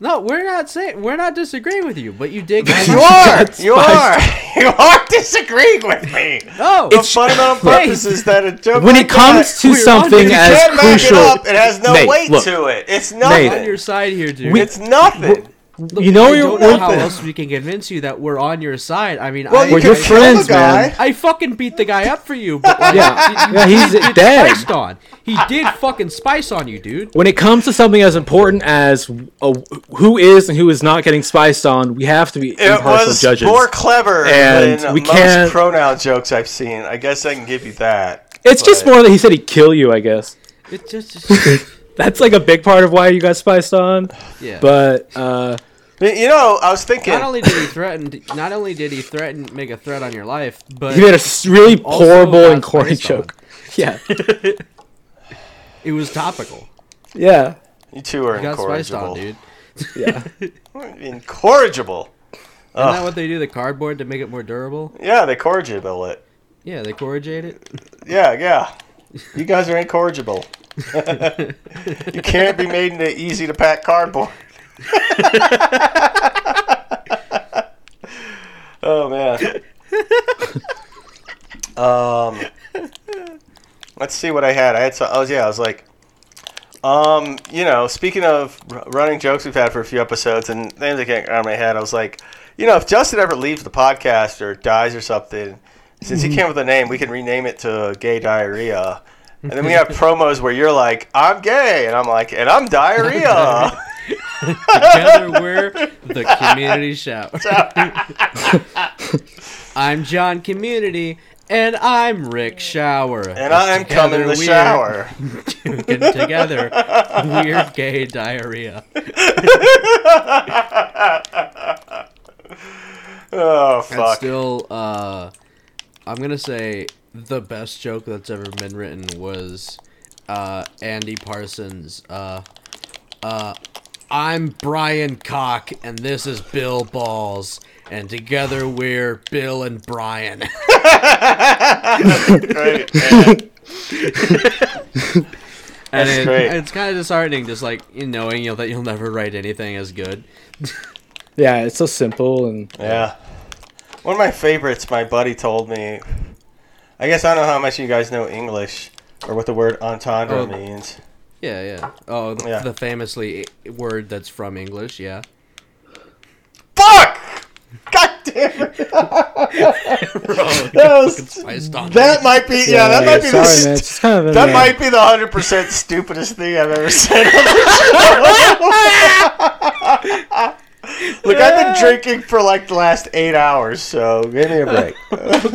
[SPEAKER 2] no, we're not saying we're not disagreeing with you, but you did. Get
[SPEAKER 1] You
[SPEAKER 2] spiced-
[SPEAKER 1] are.
[SPEAKER 3] That's
[SPEAKER 1] You
[SPEAKER 3] fine.
[SPEAKER 1] are. You are disagreeing with me.
[SPEAKER 2] No,
[SPEAKER 1] The fundamental purpose is that a joke
[SPEAKER 3] When
[SPEAKER 1] like
[SPEAKER 3] it comes
[SPEAKER 1] that-
[SPEAKER 3] to
[SPEAKER 2] Wait,
[SPEAKER 3] something
[SPEAKER 2] you
[SPEAKER 1] You
[SPEAKER 3] as
[SPEAKER 1] can't back it
[SPEAKER 3] crucial,
[SPEAKER 1] up. It has no
[SPEAKER 3] Nate,
[SPEAKER 1] weight
[SPEAKER 3] look.
[SPEAKER 1] to it. It's
[SPEAKER 2] on your
[SPEAKER 1] nothing.
[SPEAKER 2] side here, dude.
[SPEAKER 3] We-
[SPEAKER 1] It's nothing.
[SPEAKER 2] Look,
[SPEAKER 3] you know
[SPEAKER 2] I
[SPEAKER 3] you're
[SPEAKER 2] don't know
[SPEAKER 3] worth
[SPEAKER 2] how
[SPEAKER 1] it.
[SPEAKER 2] else we can convince you that we're on your side. I mean,
[SPEAKER 1] Well,
[SPEAKER 2] I,
[SPEAKER 1] you
[SPEAKER 3] We're
[SPEAKER 1] can
[SPEAKER 3] your
[SPEAKER 1] kill
[SPEAKER 3] friends,
[SPEAKER 1] the guy.
[SPEAKER 2] I fucking beat the guy up for you, but like,
[SPEAKER 3] yeah,
[SPEAKER 2] you-
[SPEAKER 3] yeah, he's
[SPEAKER 2] you did
[SPEAKER 3] dead.
[SPEAKER 2] spiced on. He did fucking spice on you, dude.
[SPEAKER 3] When it comes to something as important as uh who is and who is not getting spiced on, we have to be
[SPEAKER 1] It
[SPEAKER 3] impartial
[SPEAKER 1] was
[SPEAKER 3] judges.
[SPEAKER 1] more clever
[SPEAKER 3] And
[SPEAKER 1] than
[SPEAKER 3] we
[SPEAKER 1] most
[SPEAKER 3] can't-
[SPEAKER 1] pronoun jokes I've seen. I guess I can give you that.
[SPEAKER 3] it's just
[SPEAKER 1] but-
[SPEAKER 3] more that he said he'd kill you. I guess
[SPEAKER 2] It just, just-
[SPEAKER 3] that's like a big part of why you got spiced on.
[SPEAKER 2] yeah.
[SPEAKER 3] But uh,
[SPEAKER 1] But, You know, I was thinking.
[SPEAKER 2] not only did he threaten, not only did he threaten, make a threat on your life, but
[SPEAKER 3] he made a s- really
[SPEAKER 2] also
[SPEAKER 3] horrible
[SPEAKER 2] got
[SPEAKER 3] and corny
[SPEAKER 2] spiced on.
[SPEAKER 3] joke. Yeah,
[SPEAKER 2] it was topical.
[SPEAKER 3] yeah.
[SPEAKER 1] You two are
[SPEAKER 2] He got spiced on,
[SPEAKER 1] incorrigible.
[SPEAKER 2] dude.
[SPEAKER 1] Incorrigible.
[SPEAKER 2] Isn't that what they do? The cardboard to make it more durable.
[SPEAKER 1] Yeah, they corrigible it.
[SPEAKER 2] Yeah, they corrugate it.
[SPEAKER 1] Yeah, yeah. You guys are incorrigible. you can't be made into easy to pack cardboard. oh man. Um, let's see what I had. I had so oh yeah, I was like, um, you know, speaking of r- running jokes we've had for a few episodes, and things that came out of my head, I was like, you know, if Justin ever leaves the podcast or dies or something, since he came with a name, we can rename it to Gay Diarrhea. And then we have promos where you're like, I'm gay, and I'm like, and I'm diarrhea.
[SPEAKER 2] Together we're the community shower. I'm John Community, and I'm Rick Shower,
[SPEAKER 1] and I'm coming in the shower.
[SPEAKER 2] Getting together, we're gay diarrhea.
[SPEAKER 1] Oh,
[SPEAKER 2] That's
[SPEAKER 1] fuck.
[SPEAKER 2] still, uh, I'm gonna say the best joke that's ever been written was uh, Andy Parsons. Uh, uh, I'm Brian Cock, and this is Bill Balls, and together we're Bill and Brian.
[SPEAKER 1] Great. man.
[SPEAKER 2] and
[SPEAKER 1] That's
[SPEAKER 2] it-
[SPEAKER 1] great.
[SPEAKER 2] it's kind of disheartening, just like you knowing you know, that you'll never write anything as good.
[SPEAKER 3] Yeah, it's so simple and
[SPEAKER 1] Yeah. One of my favorites, my buddy told me. I guess I don't know how much you guys know English or what the word entendre
[SPEAKER 2] Oh.
[SPEAKER 1] means.
[SPEAKER 2] Yeah, yeah. Oh, th-
[SPEAKER 1] Yeah.
[SPEAKER 2] the famously word that's from English. Yeah.
[SPEAKER 1] Fuck! God damn it! that, was,
[SPEAKER 2] Spiced on
[SPEAKER 1] that might be, yeah, that might be
[SPEAKER 3] sorry,
[SPEAKER 1] the.
[SPEAKER 3] man.
[SPEAKER 1] st-
[SPEAKER 3] It's just kind of in
[SPEAKER 1] That
[SPEAKER 3] there.
[SPEAKER 1] might be the hundred percent stupidest thing I've ever said. on the show. Look, I've been drinking for like the last eight hours, so give me a break. yeah,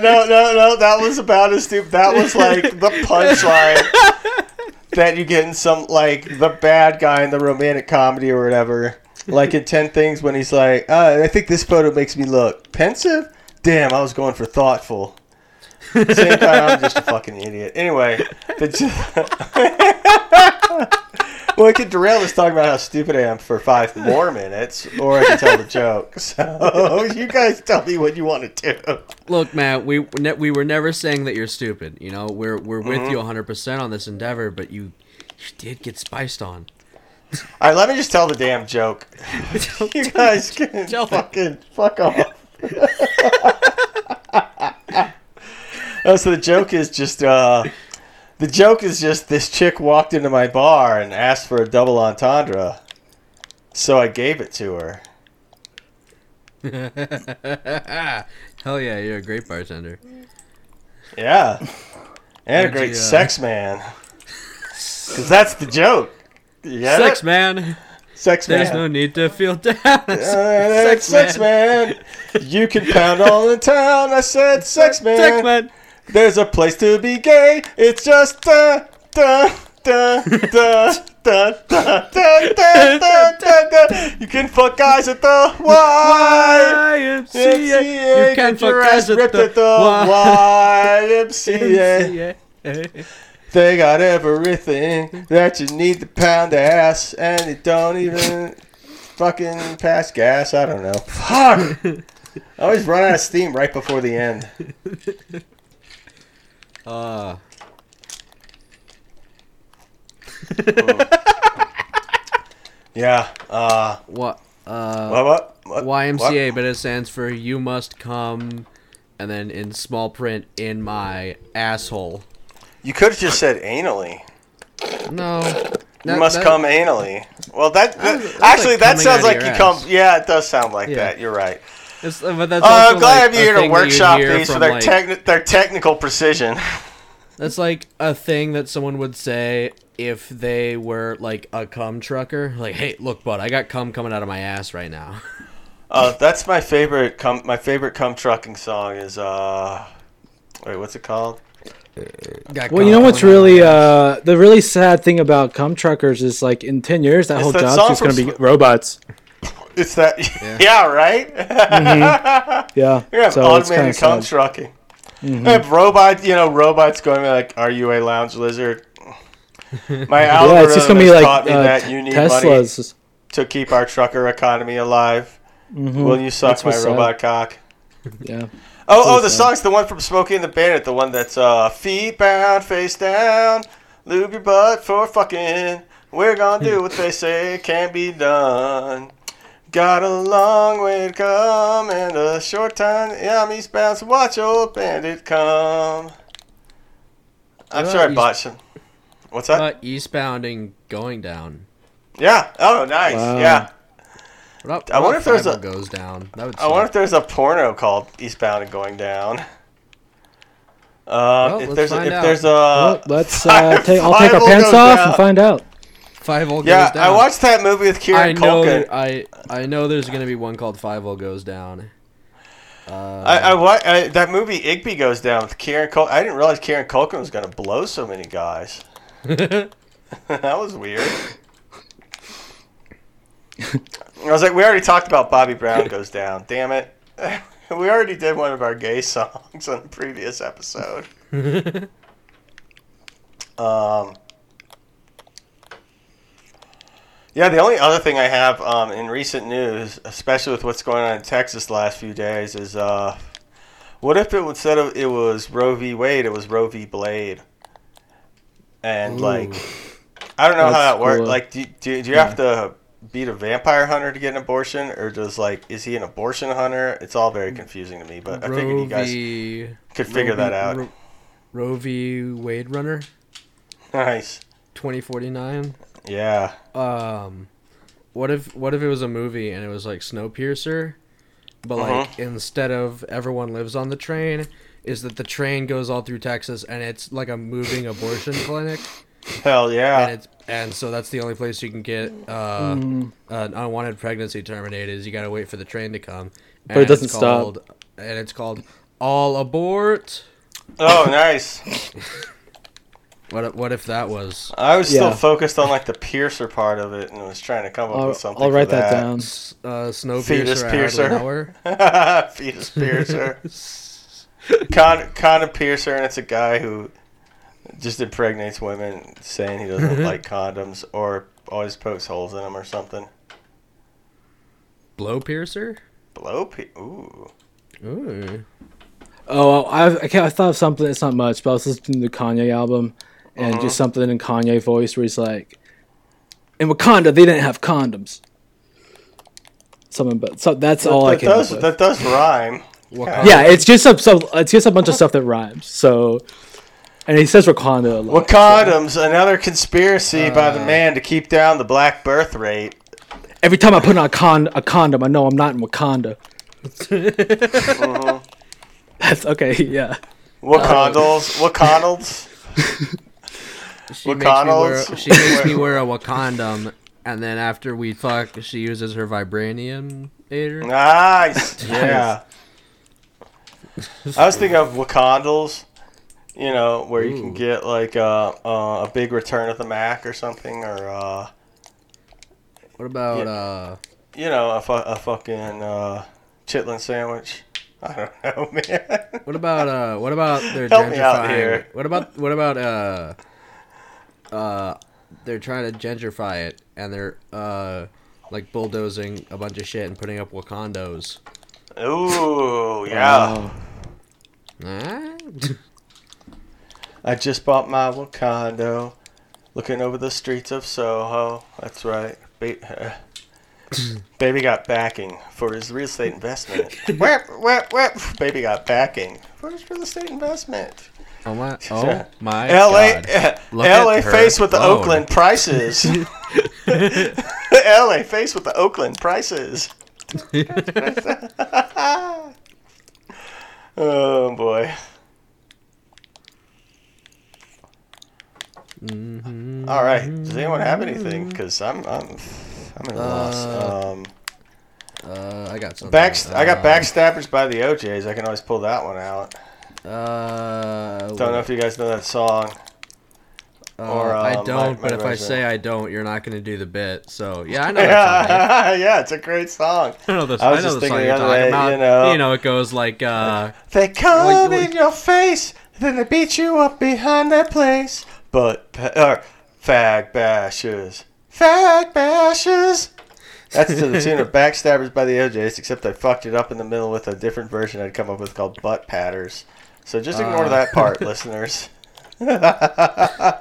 [SPEAKER 1] no, no, no. That was about as stupid. That was like the punchline that you get in some like the bad guy in the romantic comedy or whatever. Like in Ten Things when he's like, uh, I think this photo makes me look pensive. Damn, I was going for thoughtful. Same time, I'm just a fucking idiot. Anyway, the well, I could derail this talking about how stupid I am for five more minutes, or I can tell the joke. So you guys tell me what you want to do.
[SPEAKER 2] Look, Matt, we ne- we were never saying that you're stupid. You know, we're we're with
[SPEAKER 1] Mm-hmm.
[SPEAKER 2] you 100 percent on this endeavor, but you you did get spiced on.
[SPEAKER 1] All right, let me just tell the damn joke. You guys can
[SPEAKER 2] Tell it.
[SPEAKER 1] fucking fuck off. oh, so the joke is just uh, the joke is just this chick walked into my bar and asked for a double entendre, so I gave it to her.
[SPEAKER 2] Hell yeah, you're a great bartender.
[SPEAKER 1] Yeah, and a
[SPEAKER 2] Would
[SPEAKER 1] great
[SPEAKER 2] you, uh,
[SPEAKER 1] sex man, because that's the joke. You got
[SPEAKER 2] Sex
[SPEAKER 1] it?
[SPEAKER 2] man,
[SPEAKER 1] sex
[SPEAKER 2] there's
[SPEAKER 1] man.
[SPEAKER 2] no need to feel down.
[SPEAKER 1] Uh,
[SPEAKER 2] sex,
[SPEAKER 1] sex
[SPEAKER 2] man.
[SPEAKER 1] man. You can pound all in town. I said, sex man.
[SPEAKER 2] Sex man.
[SPEAKER 1] uh, There's a place to be gay. It's just da da da da dun, dun, dun, dun, dun, dun, dun. You can fuck guys at the Y.
[SPEAKER 2] YMCA. You can
[SPEAKER 1] get your
[SPEAKER 2] fuck
[SPEAKER 1] ass
[SPEAKER 2] guys at
[SPEAKER 1] ripped at the
[SPEAKER 2] the
[SPEAKER 1] YMCA.
[SPEAKER 2] YMCA.
[SPEAKER 1] They got everything that you need to pound the ass, and they don't even fucking pass gas. I don't know. Fuck! I always run out of steam right before the end.
[SPEAKER 2] Uh,
[SPEAKER 1] Yeah. Uh.
[SPEAKER 2] what? Uh,
[SPEAKER 1] What? What? what
[SPEAKER 2] YMCA, but it stands for You Must Come, and then in small print, in my asshole.
[SPEAKER 1] You could have just said anally.
[SPEAKER 2] No.
[SPEAKER 1] You must come anally. Well, that, that-
[SPEAKER 2] that's like
[SPEAKER 1] actually that
[SPEAKER 2] coming
[SPEAKER 1] sounds
[SPEAKER 2] out of
[SPEAKER 1] like you
[SPEAKER 2] your
[SPEAKER 1] come.
[SPEAKER 2] ass.
[SPEAKER 1] Yeah, it does sound like
[SPEAKER 2] Yeah.
[SPEAKER 1] that. You're right.
[SPEAKER 2] It's, uh, but that's
[SPEAKER 1] Oh,
[SPEAKER 2] also
[SPEAKER 1] I'm glad
[SPEAKER 2] like
[SPEAKER 1] I'm here
[SPEAKER 2] a
[SPEAKER 1] to
[SPEAKER 2] thing that you'd
[SPEAKER 1] workshop
[SPEAKER 2] hear
[SPEAKER 1] these for
[SPEAKER 2] from,
[SPEAKER 1] their
[SPEAKER 2] like-
[SPEAKER 1] techni- their technical precision.
[SPEAKER 2] That's like a thing that someone would say if they were like a cum trucker. Like, hey, look, bud, I got cum coming out of my ass right now.
[SPEAKER 1] Uh, that's my favorite. Come, my favorite come trucking song is uh, wait, what's it called?
[SPEAKER 2] Got
[SPEAKER 3] Well,
[SPEAKER 2] cum
[SPEAKER 3] you know what's
[SPEAKER 2] coming out of
[SPEAKER 3] really
[SPEAKER 2] my ass.
[SPEAKER 3] uh, the really sad thing about cum truckers is like in ten years that
[SPEAKER 1] It's
[SPEAKER 3] whole
[SPEAKER 1] that
[SPEAKER 3] job's
[SPEAKER 1] song
[SPEAKER 3] just
[SPEAKER 1] from
[SPEAKER 3] gonna be
[SPEAKER 1] Sli-
[SPEAKER 3] robots.
[SPEAKER 1] It's that. Yeah, right.
[SPEAKER 3] Yeah,
[SPEAKER 1] We have
[SPEAKER 3] so it's kind
[SPEAKER 1] automated
[SPEAKER 3] of
[SPEAKER 1] cum
[SPEAKER 3] sad. Mm-hmm.
[SPEAKER 1] trucking. We have robots. You know, robots going like, "Are you a lounge lizard?" My algorithm
[SPEAKER 3] Yeah, it's just gonna be
[SPEAKER 1] has
[SPEAKER 3] like
[SPEAKER 1] taught me
[SPEAKER 3] uh,
[SPEAKER 1] that you need money
[SPEAKER 3] Tesla's.
[SPEAKER 1] to keep our trucker economy alive. Will you suck
[SPEAKER 3] mm-hmm. That's
[SPEAKER 1] my
[SPEAKER 3] what's sad.
[SPEAKER 1] robot cock?
[SPEAKER 3] Yeah,
[SPEAKER 1] Oh, oh, the
[SPEAKER 3] sad.
[SPEAKER 1] song's the one from Smokey and the Bandit, the one that's uh, feet bound, face down, lube your butt for fucking. We're gonna do what they say can be done. Got a long way to come and a short time. Yeah, I'm eastbound, so watch old bandit come. I'm
[SPEAKER 2] What
[SPEAKER 1] sure I
[SPEAKER 2] about
[SPEAKER 1] botched him. What's that?
[SPEAKER 2] Uh, eastbound and going down.
[SPEAKER 1] yeah. Oh, nice.
[SPEAKER 3] Wow.
[SPEAKER 1] Yeah.
[SPEAKER 2] What up,
[SPEAKER 1] I wonder if there's a-
[SPEAKER 2] goes down. That would
[SPEAKER 1] I wonder if there's a porno called Eastbound and Going Down. Uh,
[SPEAKER 2] Well,
[SPEAKER 1] if
[SPEAKER 2] let's
[SPEAKER 1] there's a,
[SPEAKER 2] find
[SPEAKER 1] if
[SPEAKER 2] out.
[SPEAKER 1] there's a
[SPEAKER 3] well, let's. Uh, take, I'll take our
[SPEAKER 1] Survival
[SPEAKER 3] pants
[SPEAKER 1] goes
[SPEAKER 3] off
[SPEAKER 1] down.
[SPEAKER 3] and find out.
[SPEAKER 2] five old
[SPEAKER 1] Yeah,
[SPEAKER 2] goes down.
[SPEAKER 1] I watched that movie with
[SPEAKER 2] I
[SPEAKER 1] Kieran
[SPEAKER 2] know.
[SPEAKER 1] Culkin.
[SPEAKER 2] There, I I know there's gonna be one called Five O Goes Down.
[SPEAKER 1] I, I, wa- I that movie Igby goes down with Kieran Culkin. I didn't realize Kieran Culkin was gonna blow so many guys. that was weird. I was like, we already talked about Bobby Brown goes down. Damn it, we already did one of our gay songs on the previous episode. um. Yeah, the only other thing I have um, in recent news, especially with what's going on in Texas the last few days, is uh, what if it was- instead of it was Roe v. Wade, it was Roe v. Blade, and like I don't know how
[SPEAKER 3] That's
[SPEAKER 1] that works.
[SPEAKER 3] cool.
[SPEAKER 1] Like, do, do, do you have to beat a vampire hunter to get an abortion, or does like is he an abortion hunter? It's all very confusing to me, but I figured you guys
[SPEAKER 2] Uh, v,
[SPEAKER 1] could figure
[SPEAKER 2] Roe
[SPEAKER 1] that
[SPEAKER 2] v-
[SPEAKER 1] out.
[SPEAKER 2] Ro- Roe v. Wade Runner,
[SPEAKER 1] nice,
[SPEAKER 2] twenty forty nine.
[SPEAKER 1] yeah.
[SPEAKER 2] Um, what if what if it was a movie and it was like Snowpiercer, but like instead of everyone lives on the train, is that the train goes all through Texas and it's like a moving abortion clinic,
[SPEAKER 1] Hell yeah.
[SPEAKER 2] and it's and so that's the only place you can get uh,
[SPEAKER 3] Mm.
[SPEAKER 2] an unwanted pregnancy terminated is you gotta wait for the train to come. And
[SPEAKER 3] it doesn't
[SPEAKER 2] it's
[SPEAKER 3] stop.
[SPEAKER 2] called, And it's called all abort.
[SPEAKER 1] Oh, nice.
[SPEAKER 2] What if- what if that was
[SPEAKER 1] I was still
[SPEAKER 3] Yeah.
[SPEAKER 1] focused on like the piercer part of it and was trying to come up
[SPEAKER 3] I'll,
[SPEAKER 1] with something.
[SPEAKER 3] I'll write
[SPEAKER 1] for
[SPEAKER 3] that, down.
[SPEAKER 2] S- uh, snow
[SPEAKER 1] Fetus
[SPEAKER 2] piercer,
[SPEAKER 1] piercer.
[SPEAKER 2] piercer. hour.
[SPEAKER 1] down. Fetus piercer. Con, condom piercer, and it's a guy who just impregnates women saying he
[SPEAKER 3] Mm-hmm.
[SPEAKER 1] doesn't like condoms or always pokes holes in them or something.
[SPEAKER 2] Blow piercer.
[SPEAKER 1] Blow pe- Ooh.
[SPEAKER 2] Ooh.
[SPEAKER 3] Oh, I I, can't, I thought of something. It's not much, but I was listening to the Kanye album,
[SPEAKER 1] Uh-huh.
[SPEAKER 3] and just something in Kanye voice where he's like, "In Wakanda, they didn't have condoms." Something, but so that's all I
[SPEAKER 1] that,
[SPEAKER 3] can.
[SPEAKER 1] does, that does rhyme.
[SPEAKER 2] Wakanda.
[SPEAKER 3] yeah, it's just a, so it's just a bunch of stuff that rhymes. So, and he says Wakanda a lot.
[SPEAKER 1] Well, condoms, another conspiracy by
[SPEAKER 3] Uh.
[SPEAKER 1] the man to keep down the black birth rate.
[SPEAKER 3] Every time I put on a, con- a condom, I know I'm not in Wakanda.
[SPEAKER 1] Mm-hmm.
[SPEAKER 3] That's okay. Yeah. Uh.
[SPEAKER 1] Wakandals. Wakandals.
[SPEAKER 2] She makes, me wear,
[SPEAKER 1] Wakandas?
[SPEAKER 2] she makes me wear a Wakandum, and then after we fuck, she uses her vibranium ater.
[SPEAKER 1] Nice. Yeah. I was thinking of Wakandals. you know, where you can get like uh, uh, a big return of the Mac or something, or uh,
[SPEAKER 2] What about
[SPEAKER 1] Yeah.
[SPEAKER 2] uh?
[SPEAKER 1] you know, a, fu- a fucking uh, chitlin sandwich. I don't know, man.
[SPEAKER 2] What about uh? What about their
[SPEAKER 1] Help me out
[SPEAKER 2] gentrifying?
[SPEAKER 1] here.
[SPEAKER 2] What about what about uh? Uh, they're trying to gentrify it, and they're uh, like bulldozing a bunch of shit and putting up Wakandos.
[SPEAKER 1] Ooh, yeah.
[SPEAKER 3] Oh.
[SPEAKER 2] Ah?
[SPEAKER 1] I just bought my Wakando, looking over the streets of Soho. That's right. Ba- uh, Baby got backing for his real estate investment. whip, whip, whip. Baby got backing for his real estate investment.
[SPEAKER 2] oh my! Oh my!
[SPEAKER 1] LA,
[SPEAKER 2] God. Look at
[SPEAKER 1] LA
[SPEAKER 2] her
[SPEAKER 1] faced with the
[SPEAKER 2] phone.
[SPEAKER 1] Oakland prices. LA faced with the Oakland prices. oh boy.
[SPEAKER 2] Mm-hmm.
[SPEAKER 1] All right. Does anyone have anything? Because I'm I'm I'm at a loss. Um,
[SPEAKER 2] Uh, I got something.
[SPEAKER 1] back I
[SPEAKER 2] Uh,
[SPEAKER 1] got backstabbers by the OJ's. I can always pull that one out.
[SPEAKER 2] Uh,
[SPEAKER 1] Don't know if you guys know that song.
[SPEAKER 2] uh,
[SPEAKER 1] or,
[SPEAKER 2] I
[SPEAKER 1] uh, my-
[SPEAKER 2] don't,
[SPEAKER 1] my
[SPEAKER 2] but if I
[SPEAKER 1] resume.
[SPEAKER 2] say I don't, you're not gonna do the bit. So yeah, I know. that song.
[SPEAKER 1] Yeah, yeah, it's a great song.
[SPEAKER 2] I know this.
[SPEAKER 1] I
[SPEAKER 2] I,
[SPEAKER 1] was
[SPEAKER 2] know
[SPEAKER 1] just
[SPEAKER 2] the song
[SPEAKER 1] thinking
[SPEAKER 2] you're
[SPEAKER 1] the
[SPEAKER 2] talking
[SPEAKER 1] other day,
[SPEAKER 2] about.
[SPEAKER 1] you know.
[SPEAKER 2] you know, it goes like, uh,
[SPEAKER 1] They come
[SPEAKER 2] Like-
[SPEAKER 1] in your face, then they beat you up behind that place. But pa- or fag bashes, fag bashes. That's to the tune of "Backstabbers" by the OJ's, except I fucked it up in the middle with a different version I'd come up with called "Butt Patters." So just ignore
[SPEAKER 2] Ah.
[SPEAKER 1] that part, listeners.
[SPEAKER 2] uh,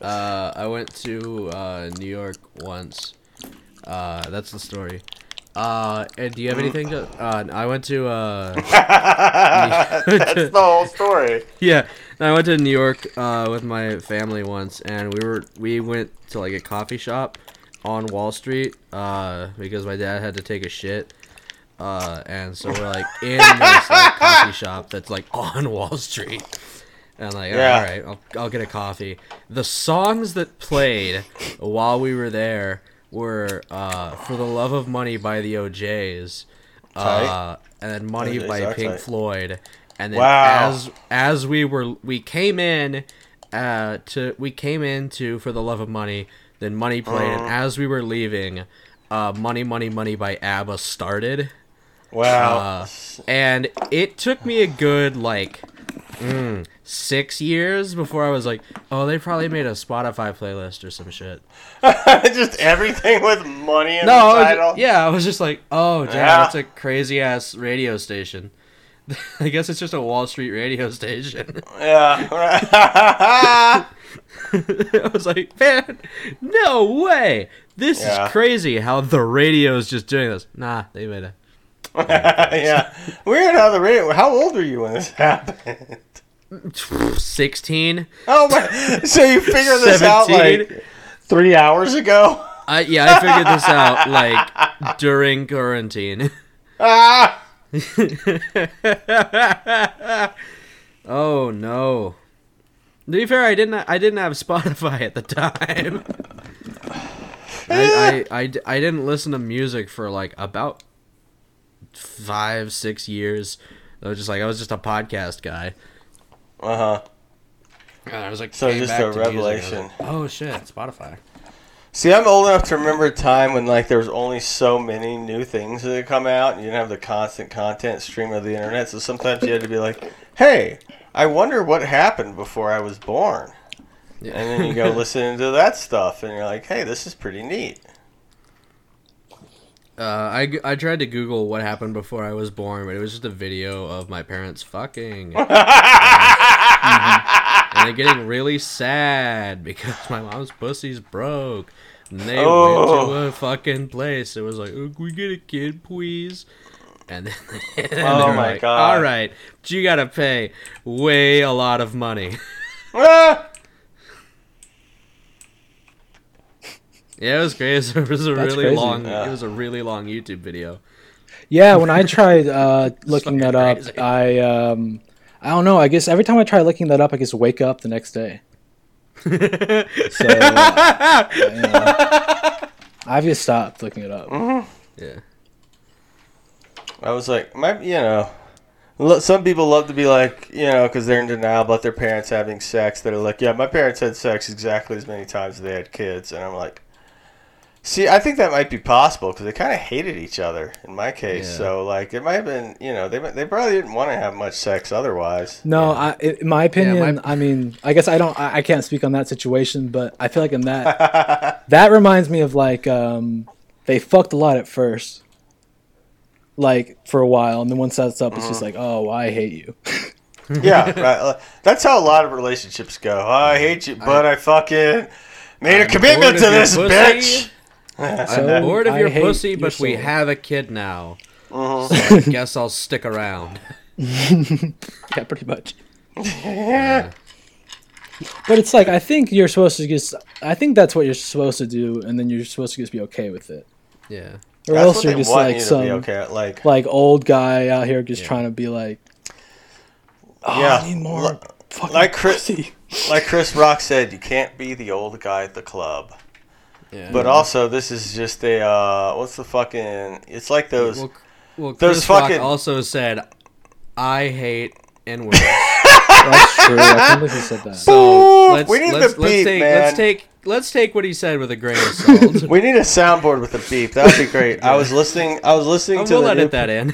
[SPEAKER 2] I went to uh, New York once. Uh, that's the story. Uh, and do you have
[SPEAKER 1] Mm.
[SPEAKER 2] anything to? Uh, I went to. Uh,
[SPEAKER 1] That's the whole story.
[SPEAKER 2] yeah, no, I went to New York uh, with my family once, and we were we went to like a coffee shop on Wall Street uh, because my dad had to take a shit. Uh, and so we're like in this like, coffee shop that's like on Wall Street, and I'm like
[SPEAKER 1] Yeah.
[SPEAKER 2] all right, I'll, I'll get a coffee. The songs that played while we were there were uh, "For the Love of Money" by the OJ's, uh,
[SPEAKER 1] Tight.
[SPEAKER 2] and then "Money"
[SPEAKER 1] OJs
[SPEAKER 2] by
[SPEAKER 1] are
[SPEAKER 2] Pink
[SPEAKER 1] tight.
[SPEAKER 2] Floyd, and then
[SPEAKER 1] Wow.
[SPEAKER 2] as as we were we came in uh to we came into for the love of money then money played and
[SPEAKER 1] Uh-huh.
[SPEAKER 2] as we were leaving uh money money money by abba started
[SPEAKER 1] Wow.
[SPEAKER 2] and it took me a good like mm, six years before i was like oh they probably made a spotify playlist or some shit
[SPEAKER 1] just everything with money in
[SPEAKER 2] no I
[SPEAKER 1] the
[SPEAKER 2] was-
[SPEAKER 1] title.
[SPEAKER 2] yeah i was just like oh damn
[SPEAKER 1] Yeah.
[SPEAKER 2] that's a crazy ass radio station i guess it's just a wall street radio station
[SPEAKER 1] Yeah.
[SPEAKER 2] I was like, man, no way. This
[SPEAKER 1] Yeah.
[SPEAKER 2] is crazy how the radio is just doing this. Nah, they made it.
[SPEAKER 1] yeah. Weird how the radio. How old were you when this happened?
[SPEAKER 2] 16.
[SPEAKER 1] Oh my! So you figure this out like
[SPEAKER 2] 17.
[SPEAKER 1] three hours ago?
[SPEAKER 2] I, yeah, I figured this out like during quarantine.
[SPEAKER 1] Ah!
[SPEAKER 2] oh no. To be fair, I didn't. I didn't have Spotify at the time. I, I, I d- I didn't listen to music for like about five six years. I was just like I was just a podcast guy.
[SPEAKER 1] Uh huh.
[SPEAKER 2] And I was like,
[SPEAKER 1] So
[SPEAKER 2] came
[SPEAKER 1] just
[SPEAKER 2] back
[SPEAKER 1] a
[SPEAKER 2] to music, and I was
[SPEAKER 1] revelation.
[SPEAKER 2] like, oh shit, Spotify.
[SPEAKER 1] See, I'm old enough to remember a time when like there was only so many new things that had come out, and you didn't have the constant content stream of the internet. So sometimes you had to be like, "Hey, I wonder what happened before I was born,"
[SPEAKER 2] Yeah.
[SPEAKER 1] and then you go listen to that stuff, and you're like, "Hey, this is pretty neat."
[SPEAKER 2] Uh, I, g- I tried to Google what happened before I was born, but it was just a video of my parents fucking. Mhm. And they're getting really sad because my mom's pussy's broke. And they went to
[SPEAKER 1] Oh.
[SPEAKER 2] a fucking place. It was like, oh, can we get a kid, please? And then, and they
[SPEAKER 1] Oh
[SPEAKER 2] were
[SPEAKER 1] my
[SPEAKER 2] like,
[SPEAKER 1] God.
[SPEAKER 2] All right, but you gotta pay way a lot of money.
[SPEAKER 1] Ah!
[SPEAKER 2] yeah, it was crazy. It was a
[SPEAKER 3] That's
[SPEAKER 2] really
[SPEAKER 3] crazy.
[SPEAKER 2] long.
[SPEAKER 1] Yeah.
[SPEAKER 2] It was a really long YouTube video.
[SPEAKER 3] Yeah, when I tried uh, looking that up,
[SPEAKER 2] fucking crazy.
[SPEAKER 3] I um, I don't know. I guess every time I try looking that up, I just wake up the next day. so uh, you know, I've just stopped looking it up.
[SPEAKER 2] Yeah.
[SPEAKER 1] I was like, my, you know, Lo- Some people love to be like, you know, because they're in denial about their parents having sex. They're like, yeah, my parents had sex exactly as many times as they had kids. And I'm like, see, I think that might be possible because they kind of hated each other in my case.
[SPEAKER 2] Yeah.
[SPEAKER 1] So, like, it might have been, you know, they, they probably didn't want to have much sex otherwise.
[SPEAKER 3] No, I, in my opinion,
[SPEAKER 2] my-
[SPEAKER 3] I mean, I guess I don't, I, I can't speak on that situation, but I feel like in that, that reminds me of like, um, they fucked a lot at first, like for a while, and then once that's up, it's just like, oh, I hate you.
[SPEAKER 1] yeah, right. Like, That's how a lot of relationships go. Oh, I hate you, but I, fucking made a commitment to
[SPEAKER 2] bored of your
[SPEAKER 1] this
[SPEAKER 2] pussy.
[SPEAKER 1] bitch.
[SPEAKER 2] I'm bored of
[SPEAKER 3] I
[SPEAKER 2] your
[SPEAKER 3] hate
[SPEAKER 2] pussy,
[SPEAKER 3] your
[SPEAKER 2] but we
[SPEAKER 3] soul.
[SPEAKER 2] have a kid now.
[SPEAKER 1] Uh-huh.
[SPEAKER 2] So I guess I'll stick around.
[SPEAKER 3] yeah, pretty much.
[SPEAKER 1] Yeah.
[SPEAKER 3] But it's like I think you're supposed to just, I think that's what you're supposed to do, and then you're supposed to just be okay with it,
[SPEAKER 2] Yeah.
[SPEAKER 3] or
[SPEAKER 1] That's
[SPEAKER 3] else
[SPEAKER 1] what
[SPEAKER 3] you're
[SPEAKER 1] they
[SPEAKER 3] just
[SPEAKER 1] want
[SPEAKER 3] like
[SPEAKER 1] you to
[SPEAKER 3] some
[SPEAKER 1] be okay. at, Like,
[SPEAKER 3] like old guy out here just
[SPEAKER 2] Yeah.
[SPEAKER 3] trying to be like, oh,
[SPEAKER 1] yeah,
[SPEAKER 3] I need more
[SPEAKER 1] li-
[SPEAKER 3] fucking
[SPEAKER 1] like Chris-
[SPEAKER 3] pussy."
[SPEAKER 1] like Chris Rock said, you can't be the old guy at the club.
[SPEAKER 2] Yeah.
[SPEAKER 1] But also, this is just a uh, what's the fucking? It's like those.
[SPEAKER 2] well, well
[SPEAKER 1] those
[SPEAKER 2] Chris Rock
[SPEAKER 1] fucking-
[SPEAKER 2] also said, "I hate N words."
[SPEAKER 3] That's true. I can't believe he said that.
[SPEAKER 2] so
[SPEAKER 1] Ooh,
[SPEAKER 2] let's,
[SPEAKER 1] we need
[SPEAKER 2] let's,
[SPEAKER 1] the
[SPEAKER 2] let's
[SPEAKER 1] beat,
[SPEAKER 2] take
[SPEAKER 1] man.
[SPEAKER 2] let's take let's take what he said with a grain of salt.
[SPEAKER 1] we need a soundboard with a beep. That'd be great. I was listening. I was listening
[SPEAKER 2] And
[SPEAKER 1] to
[SPEAKER 2] we'll
[SPEAKER 1] the new,
[SPEAKER 2] edit that in.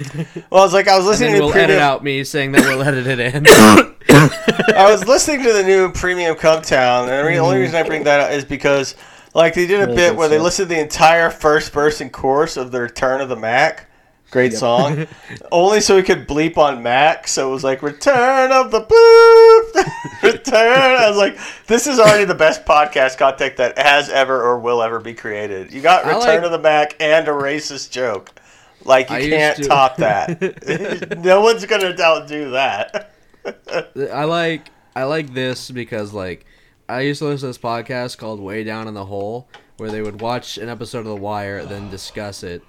[SPEAKER 1] Well, I was like, I was listening
[SPEAKER 2] then
[SPEAKER 1] to
[SPEAKER 2] we'll
[SPEAKER 1] premium,
[SPEAKER 2] edit out me saying that we'll edit it in.
[SPEAKER 1] I was listening to the new Premium Cub Town, and the only reason I bring that up is because, like, they did a
[SPEAKER 3] Really
[SPEAKER 1] bit
[SPEAKER 3] good
[SPEAKER 1] where they
[SPEAKER 3] song.
[SPEAKER 1] listed the entire first verse and chorus of their "Return of the Mac." Great song, only so we could bleep on Mac. So it was like "Return of the Boop." Return. I was like, this is already the best podcast content that has ever or will ever be created. You got
[SPEAKER 2] I
[SPEAKER 1] "Return
[SPEAKER 2] like-
[SPEAKER 1] of the Mac" and a racist joke. Like you
[SPEAKER 2] I used
[SPEAKER 1] can't
[SPEAKER 2] to-
[SPEAKER 1] top that. no one's gonna outdo that.
[SPEAKER 2] I like I like this because like I used to listen to this podcast called Way Down in the Hole where they would watch an episode of The Wire then discuss it,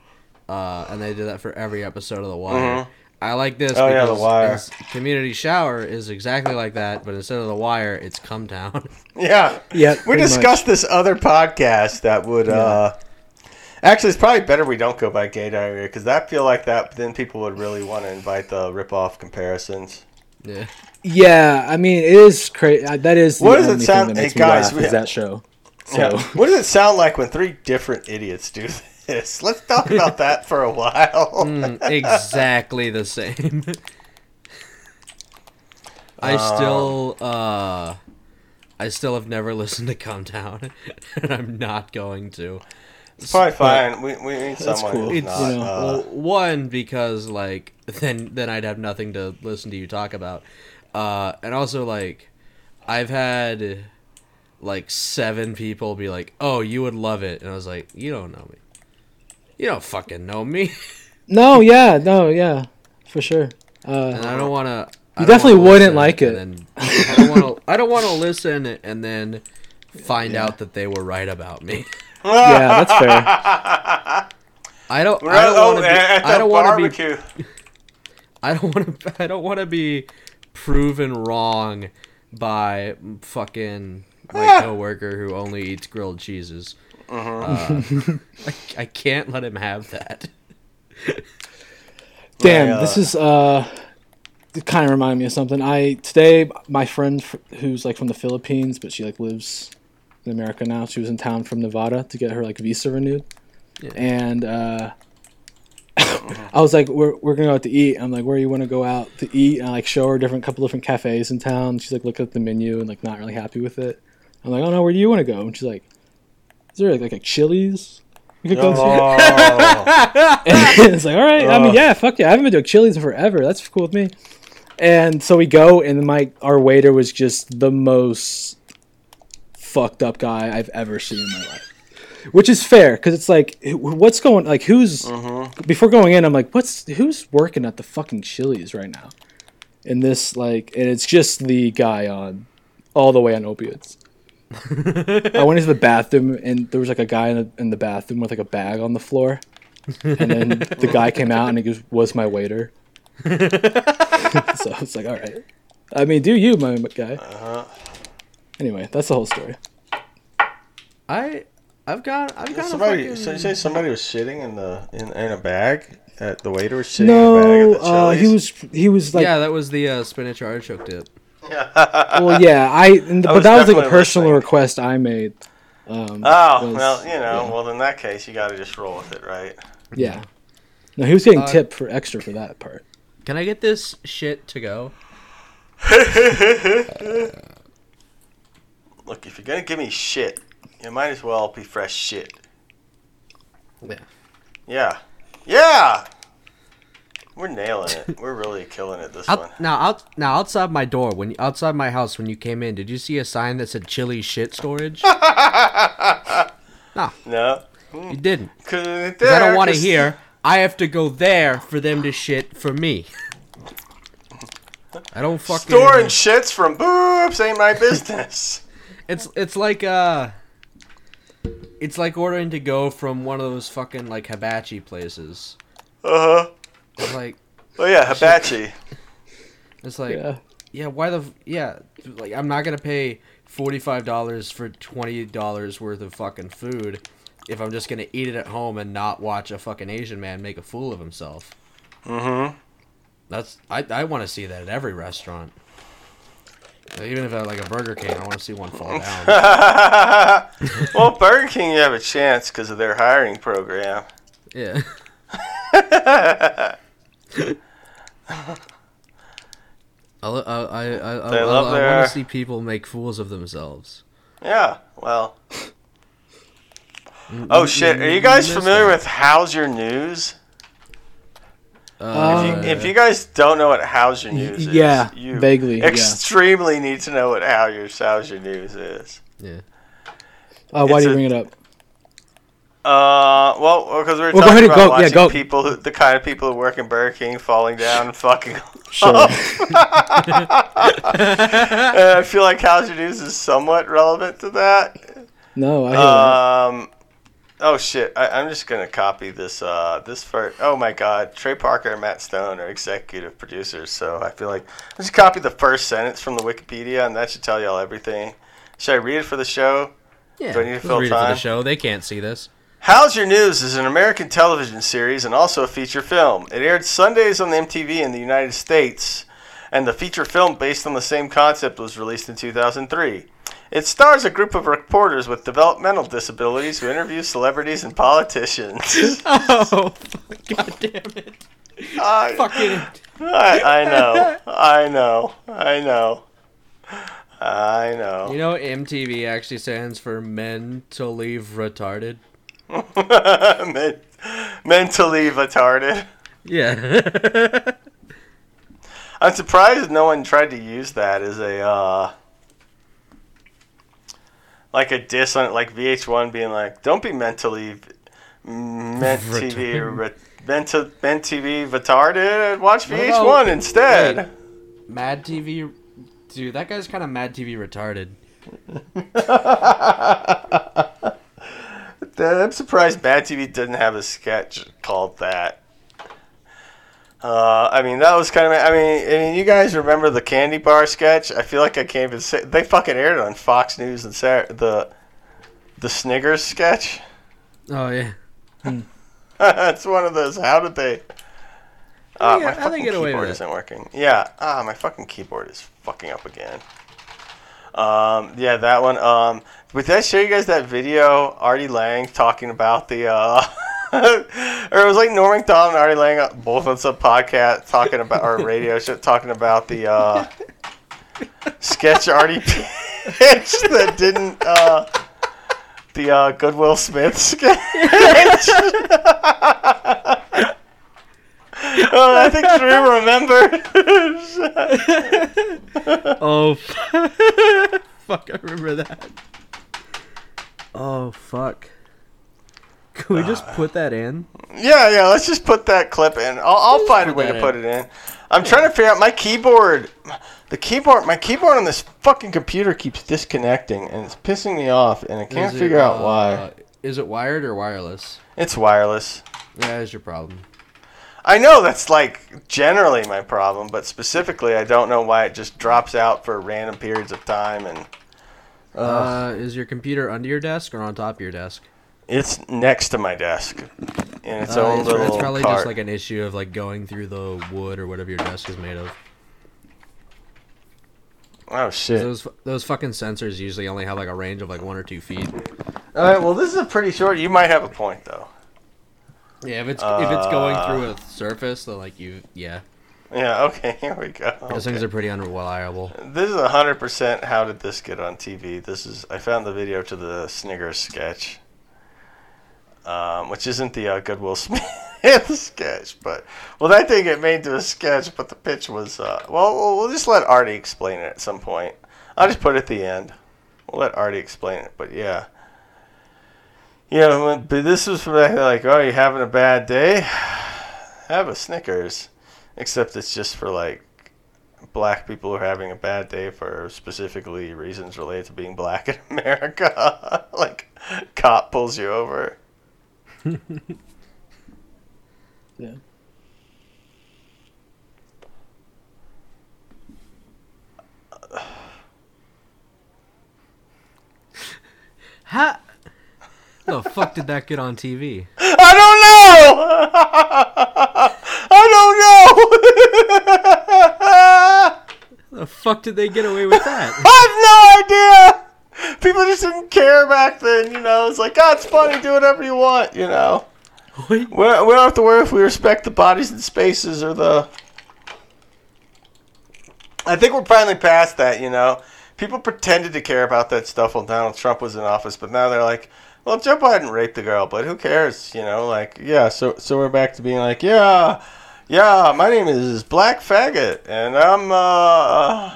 [SPEAKER 2] uh, and they did that for every episode of The Wire. I like this
[SPEAKER 1] Mm-hmm. Oh, yeah,
[SPEAKER 2] because
[SPEAKER 1] The Wire.
[SPEAKER 2] it's- Community Shower is exactly like that, but instead of The Wire, it's Come Town.
[SPEAKER 1] Yeah.
[SPEAKER 3] Yeah,
[SPEAKER 1] We
[SPEAKER 3] pretty
[SPEAKER 1] discussed this other podcast that would. uh Actually, it's probably better we don't go by gay diarrhea because I feel like that then people would really want to invite the rip-off comparisons.
[SPEAKER 2] yeah.
[SPEAKER 3] Yeah, I mean, it is crazy. That is the
[SPEAKER 1] What
[SPEAKER 3] what
[SPEAKER 1] does it
[SPEAKER 3] only
[SPEAKER 1] sound-
[SPEAKER 3] thing that makes
[SPEAKER 1] hey,
[SPEAKER 3] me
[SPEAKER 1] guys,
[SPEAKER 3] laugh
[SPEAKER 1] we-
[SPEAKER 3] is that show. So
[SPEAKER 1] Yeah. What does it sound like when three different idiots do this? Let's talk about that for a while.
[SPEAKER 3] Hmm.
[SPEAKER 2] Mm, exactly the same. I
[SPEAKER 1] Oh.
[SPEAKER 2] still uh I still have never listened to Come Down and I'm not going to.
[SPEAKER 1] it's probably fine. We, we need someone
[SPEAKER 3] cool.
[SPEAKER 1] who's
[SPEAKER 2] It's
[SPEAKER 1] not.
[SPEAKER 3] you know,
[SPEAKER 1] uh,
[SPEAKER 2] well, one because like then then I'd have nothing to listen to you talk about, uh, and also like I've had like seven people be like, "Oh, you would love it," and I was like, "You don't know me. You don't fucking know me,
[SPEAKER 3] no, yeah, no, yeah, for sure. Uh,
[SPEAKER 2] and I don't want to."
[SPEAKER 3] You definitely wouldn't like it.
[SPEAKER 2] I don't want to. I don't want to listen and then find out that they were right about me.
[SPEAKER 3] yeah, that's fair.
[SPEAKER 2] I don't.
[SPEAKER 1] we're
[SPEAKER 2] I
[SPEAKER 1] at-
[SPEAKER 2] don't
[SPEAKER 1] oh,
[SPEAKER 2] want to be.
[SPEAKER 1] at the
[SPEAKER 2] I don't want to be
[SPEAKER 1] barbecue.
[SPEAKER 2] I don't want to. I don't want to be proven wrong by fucking my coworker who only eats grilled cheeses. Uh, I, I can't let him have that.
[SPEAKER 3] Damn,
[SPEAKER 1] My, uh,
[SPEAKER 3] this is uh, it kind of reminded me of something. I today my friend fr- who's like from the Philippines, but she like lives in America now. She was in town from Nevada to get her like visa renewed, and uh, I was like, "We're we're gonna go out to eat." I'm like, "Where you want to go out to eat?" And I like show her different couple different cafes in town. She's like, "Look at the menu and like not really happy with it." I'm like, "Oh no, where do you want to go?" And she's like, "Is there like, like a Chili's?" We could go to?
[SPEAKER 1] Oh,
[SPEAKER 3] it's like, all right. I mean,
[SPEAKER 1] Ugh.
[SPEAKER 3] yeah, fuck yeah. I haven't been to a Chili's in forever. That's cool with me. And so we go, and my our waiter was just the most fucked up guy I've ever seen in my life. Which is fair, because it's like, wh- what's going? Like, who's before going in? I'm like, what's who's working at the fucking Chili's right now? And this like, and it's just the guy on all the way on opiates. I went into the bathroom, and there was like a guy in the, in the bathroom with like a bag on the floor and then the guy came out and he goes, "Was my waiter?" so it's like, all right. I mean, do you, my guy?
[SPEAKER 1] Uh-huh.
[SPEAKER 3] Anyway, that's the whole story.
[SPEAKER 2] I I've got I've got a
[SPEAKER 1] somebody.
[SPEAKER 2] fucking-
[SPEAKER 1] So you say somebody was shitting in the in, in a bag? at the waiter was shitting in a bag
[SPEAKER 3] No,
[SPEAKER 1] of the
[SPEAKER 3] uh, he
[SPEAKER 1] chilies?
[SPEAKER 3] was he was like
[SPEAKER 2] yeah, that was the uh, spinach artichoke dip.
[SPEAKER 3] well, yeah, I. And the,
[SPEAKER 1] I uh,
[SPEAKER 3] but
[SPEAKER 1] was
[SPEAKER 3] that was like a
[SPEAKER 1] definitely
[SPEAKER 3] personal
[SPEAKER 1] listening.
[SPEAKER 3] request I made. Um,
[SPEAKER 1] Oh
[SPEAKER 3] was-
[SPEAKER 1] well, you know. Well, in that case, you got to just roll with it, right?
[SPEAKER 3] yeah. No, he was getting
[SPEAKER 2] Uh,
[SPEAKER 3] tipped for extra for that part.
[SPEAKER 2] Can I get this shit to go?
[SPEAKER 1] Look, if you're gonna give me shit, you might as well be fresh shit.
[SPEAKER 2] Yeah.
[SPEAKER 1] Yeah. Yeah. We're nailing it. We're really killing it this one.
[SPEAKER 2] Out, now, out, now outside my door, when outside my house, when you came in, did you see a sign that said chili shit storage?
[SPEAKER 1] No.
[SPEAKER 2] you didn't.
[SPEAKER 1] 'Cause it
[SPEAKER 2] 'Cause I don't
[SPEAKER 1] there,
[SPEAKER 2] want to
[SPEAKER 1] 'cause-
[SPEAKER 2] hear. I have to go there for them to shit for me. I don't fucking.
[SPEAKER 1] Storing shits from boobs ain't my business.
[SPEAKER 2] It's it's like uh. It's like ordering to go from one of those fucking like hibachi places.
[SPEAKER 1] uh huh.
[SPEAKER 2] It's like
[SPEAKER 1] Oh yeah, hibachi.
[SPEAKER 2] it's like
[SPEAKER 3] Yeah.
[SPEAKER 2] Yeah, why the f- yeah? Like, I'm not gonna pay forty five dollars for twenty dollars worth of fucking food if I'm just gonna eat it at home and not watch a fucking Asian man make a fool of himself.
[SPEAKER 1] Mm-hmm.
[SPEAKER 2] That's I I want to see that at every restaurant. Even if I like a Burger King, I want to see one fall down.
[SPEAKER 1] well, Burger King, you have a chance because of their hiring program.
[SPEAKER 2] yeah. I, lo- I, I, I, I,
[SPEAKER 1] They love
[SPEAKER 2] I
[SPEAKER 1] their-
[SPEAKER 2] want to see people make fools of themselves.
[SPEAKER 1] Yeah. Well. Oh shit! Are you guys
[SPEAKER 2] missed
[SPEAKER 1] familiar
[SPEAKER 2] that.
[SPEAKER 1] with How's Your News?
[SPEAKER 2] Uh,
[SPEAKER 1] If you, if you guys don't know what How's Your News is,
[SPEAKER 3] yeah,
[SPEAKER 1] you
[SPEAKER 3] vaguely, yeah.
[SPEAKER 1] extremely need to know what How Your How's Your News is.
[SPEAKER 2] yeah.
[SPEAKER 3] Uh, why
[SPEAKER 1] It's
[SPEAKER 3] do
[SPEAKER 1] a-
[SPEAKER 3] you bring it up?
[SPEAKER 1] Uh, well, because we were
[SPEAKER 3] Well, go
[SPEAKER 1] talking
[SPEAKER 3] ahead and
[SPEAKER 1] about
[SPEAKER 3] go- yeah,
[SPEAKER 1] watching
[SPEAKER 3] go.
[SPEAKER 1] people, who, the kind of people who work in Burger King, falling down and fucking.
[SPEAKER 3] Sure.
[SPEAKER 1] Uh, I feel like How's Your News is somewhat relevant to that.
[SPEAKER 3] no, I hear
[SPEAKER 1] Um, oh shit! I, I'm just gonna copy this. Uh, this for oh my god, Trey Parker and Matt Stone are executive producers, so I feel like I just copy the first sentence from the Wikipedia, and that should tell y'all everything. Should I read it for the show?
[SPEAKER 2] Yeah,
[SPEAKER 1] Do I need to
[SPEAKER 2] let's
[SPEAKER 1] fill
[SPEAKER 2] read it for the
[SPEAKER 1] time?
[SPEAKER 2] show. They can't see this.
[SPEAKER 1] How's Your News is an American television series and also a feature film. It aired Sundays on MTV in the United States, and the feature film based on the same concept was released in 2003. It stars a group of reporters with developmental disabilities who interview celebrities and politicians.
[SPEAKER 2] Oh, god damn it!
[SPEAKER 1] I,
[SPEAKER 2] Fucking
[SPEAKER 1] I, I know. I know. I know. I know.
[SPEAKER 2] You know, MTV actually stands for mentally retarded.
[SPEAKER 1] Men- mentally retarded.
[SPEAKER 2] Yeah.
[SPEAKER 1] I'm surprised no one tried to use that as a uh, like a diss on like VH1 being like, "Don't be mentally ment TV re- mental ment TV retarded and watch
[SPEAKER 2] about-
[SPEAKER 1] VH1 instead."
[SPEAKER 2] wait. Mad TV, dude, that guy's kind of Mad TV retarded.
[SPEAKER 1] Th- I'm surprised Bad TV didn't have a sketch called that. Uh, I mean, that was kind of. I mean, I mean, you guys remember the candy bar sketch? I feel like I can't even say they fucking aired it on Fox News and Sat the the Snickers sketch.
[SPEAKER 2] Oh yeah.
[SPEAKER 1] it's one of those. How did they? Uh,
[SPEAKER 2] they
[SPEAKER 1] my
[SPEAKER 2] get- how they
[SPEAKER 1] fucking
[SPEAKER 2] get away with
[SPEAKER 1] keyboard
[SPEAKER 2] it?
[SPEAKER 1] isn't working. Yeah. Ah, my fucking keyboard is fucking up again. Um, yeah, that one. Um, but did I show you guys that video Artie Lang talking about the? Uh, or it was like Norm Macdonald and Artie Lang uh, both on some podcast talking about or radio show talking about the uh, sketch Artie pitched that didn't. Uh, the uh, Goodwill Smith sketch. oh, I think Drew remembered.
[SPEAKER 2] Oh. fuck! I remember that. Oh fuck. Can we
[SPEAKER 1] Ah.
[SPEAKER 2] just put that in?
[SPEAKER 1] yeah, yeah. Let's just put that clip in. I'll, I'll find a way
[SPEAKER 2] that
[SPEAKER 1] to
[SPEAKER 2] in.
[SPEAKER 1] put it in. I'm trying to figure out my keyboard. The keyboard, my keyboard on this fucking computer keeps disconnecting, and it's pissing me off, and I can't
[SPEAKER 2] Is it,
[SPEAKER 1] figure out
[SPEAKER 2] uh,
[SPEAKER 1] why.
[SPEAKER 2] Is it wired or wireless?
[SPEAKER 1] It's wireless.
[SPEAKER 2] Yeah, is your problem.
[SPEAKER 1] I know that's like generally my problem, but specifically, I don't know why it just drops out for random periods of time and.
[SPEAKER 2] Uh, is your computer under your desk or on top of your desk?
[SPEAKER 1] It's next to my desk in its
[SPEAKER 2] Uh,
[SPEAKER 1] own
[SPEAKER 2] it's,
[SPEAKER 1] little
[SPEAKER 2] it's probably
[SPEAKER 1] cart.
[SPEAKER 2] just like an issue of like going through the wood or whatever your desk is made of.
[SPEAKER 1] oh shit!
[SPEAKER 2] Those those fucking sensors usually only have like a range of like one or two feet.
[SPEAKER 1] All right, well this is a pretty short. You might have a point though.
[SPEAKER 2] Yeah, if it's if it's going through a surface, then like you, yeah,
[SPEAKER 1] Yeah. Okay. Here we go.
[SPEAKER 2] those
[SPEAKER 1] Okay.
[SPEAKER 2] things are pretty unreliable.
[SPEAKER 1] This is hundred percent. How did this get on TV? This is. I found the video to the Snickers sketch, um, which isn't the uh, Goodwill Smith sketch, but well, that did get made to a sketch. But the pitch was. Uh, well, we'll we'll just let Artie explain it at some point. I'll just put it at the end. We'll let Artie explain it. But yeah. You know, when- but this was from back like, oh, you having a bad day? Have a Snickers. Except it's just for like black people are having a bad day for specifically reasons related to being black in America. like, cop pulls you over.
[SPEAKER 3] Yeah.
[SPEAKER 2] Ha! The fuck did that get on TV?
[SPEAKER 1] I don't know. I don't know.
[SPEAKER 2] The fuck did they get away with that?
[SPEAKER 1] I have no idea. People just didn't care back then, you know. It's like, oh, it's funny. Do whatever you want, you know.
[SPEAKER 2] Wait,
[SPEAKER 1] We don't we don't have to worry if we respect the bodies and spaces or the. I think we're finally past that, you know. People pretended to care about that stuff while Donald Trump was in office, but now they're like, "Well, Joe Biden raped the girl, but who cares?" You know, like, yeah. So, so we're back to being like, "Yeah, yeah, my name is Black Faggot, and I'm uh,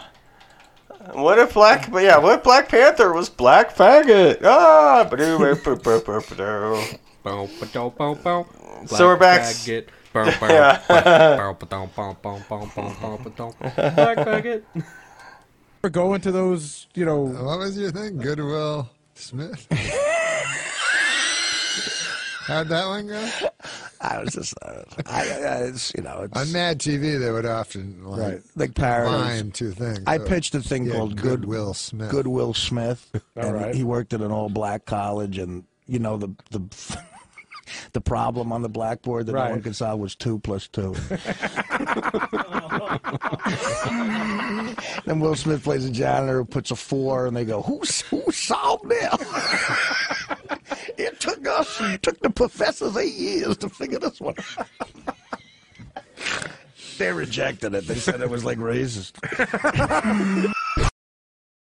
[SPEAKER 1] what if Black? But yeah, what if Black Panther was Black Faggot? Ah, ba-doo, ba-doo, ba-doo, ba-doo, ba-doo.
[SPEAKER 2] Bow, ba-dow, bow, bow.
[SPEAKER 1] So we're
[SPEAKER 2] Black
[SPEAKER 1] back.
[SPEAKER 2] faggot. Bow, bow,
[SPEAKER 1] Yeah.
[SPEAKER 2] bow, bow, bow, bow, bow, bow, bow, bow, bow. Black faggot.
[SPEAKER 4] Or go into those, you know.
[SPEAKER 5] What was your thing? Goodwill Smith? How'd that one go?
[SPEAKER 6] I was just, uh, I, I, it's, you know,
[SPEAKER 5] On
[SPEAKER 6] it's
[SPEAKER 5] Mad TV, they would often like
[SPEAKER 6] right. Like parodies.
[SPEAKER 5] line two things.
[SPEAKER 6] I
[SPEAKER 5] So,
[SPEAKER 6] pitched a thing
[SPEAKER 5] yeah,
[SPEAKER 6] called uh, Good
[SPEAKER 5] Goodwill Smith.
[SPEAKER 6] Goodwill Smith, and
[SPEAKER 4] right.
[SPEAKER 6] he worked at an all-black college, and you know the the the problem on the blackboard that no one
[SPEAKER 4] Right.
[SPEAKER 6] could solve was two plus two. and Will Smith plays a janitor who puts a four, and they go, "Who who solved that?" it took us, it took the professors eight years to figure this one. out." They rejected it. They said it was like racist.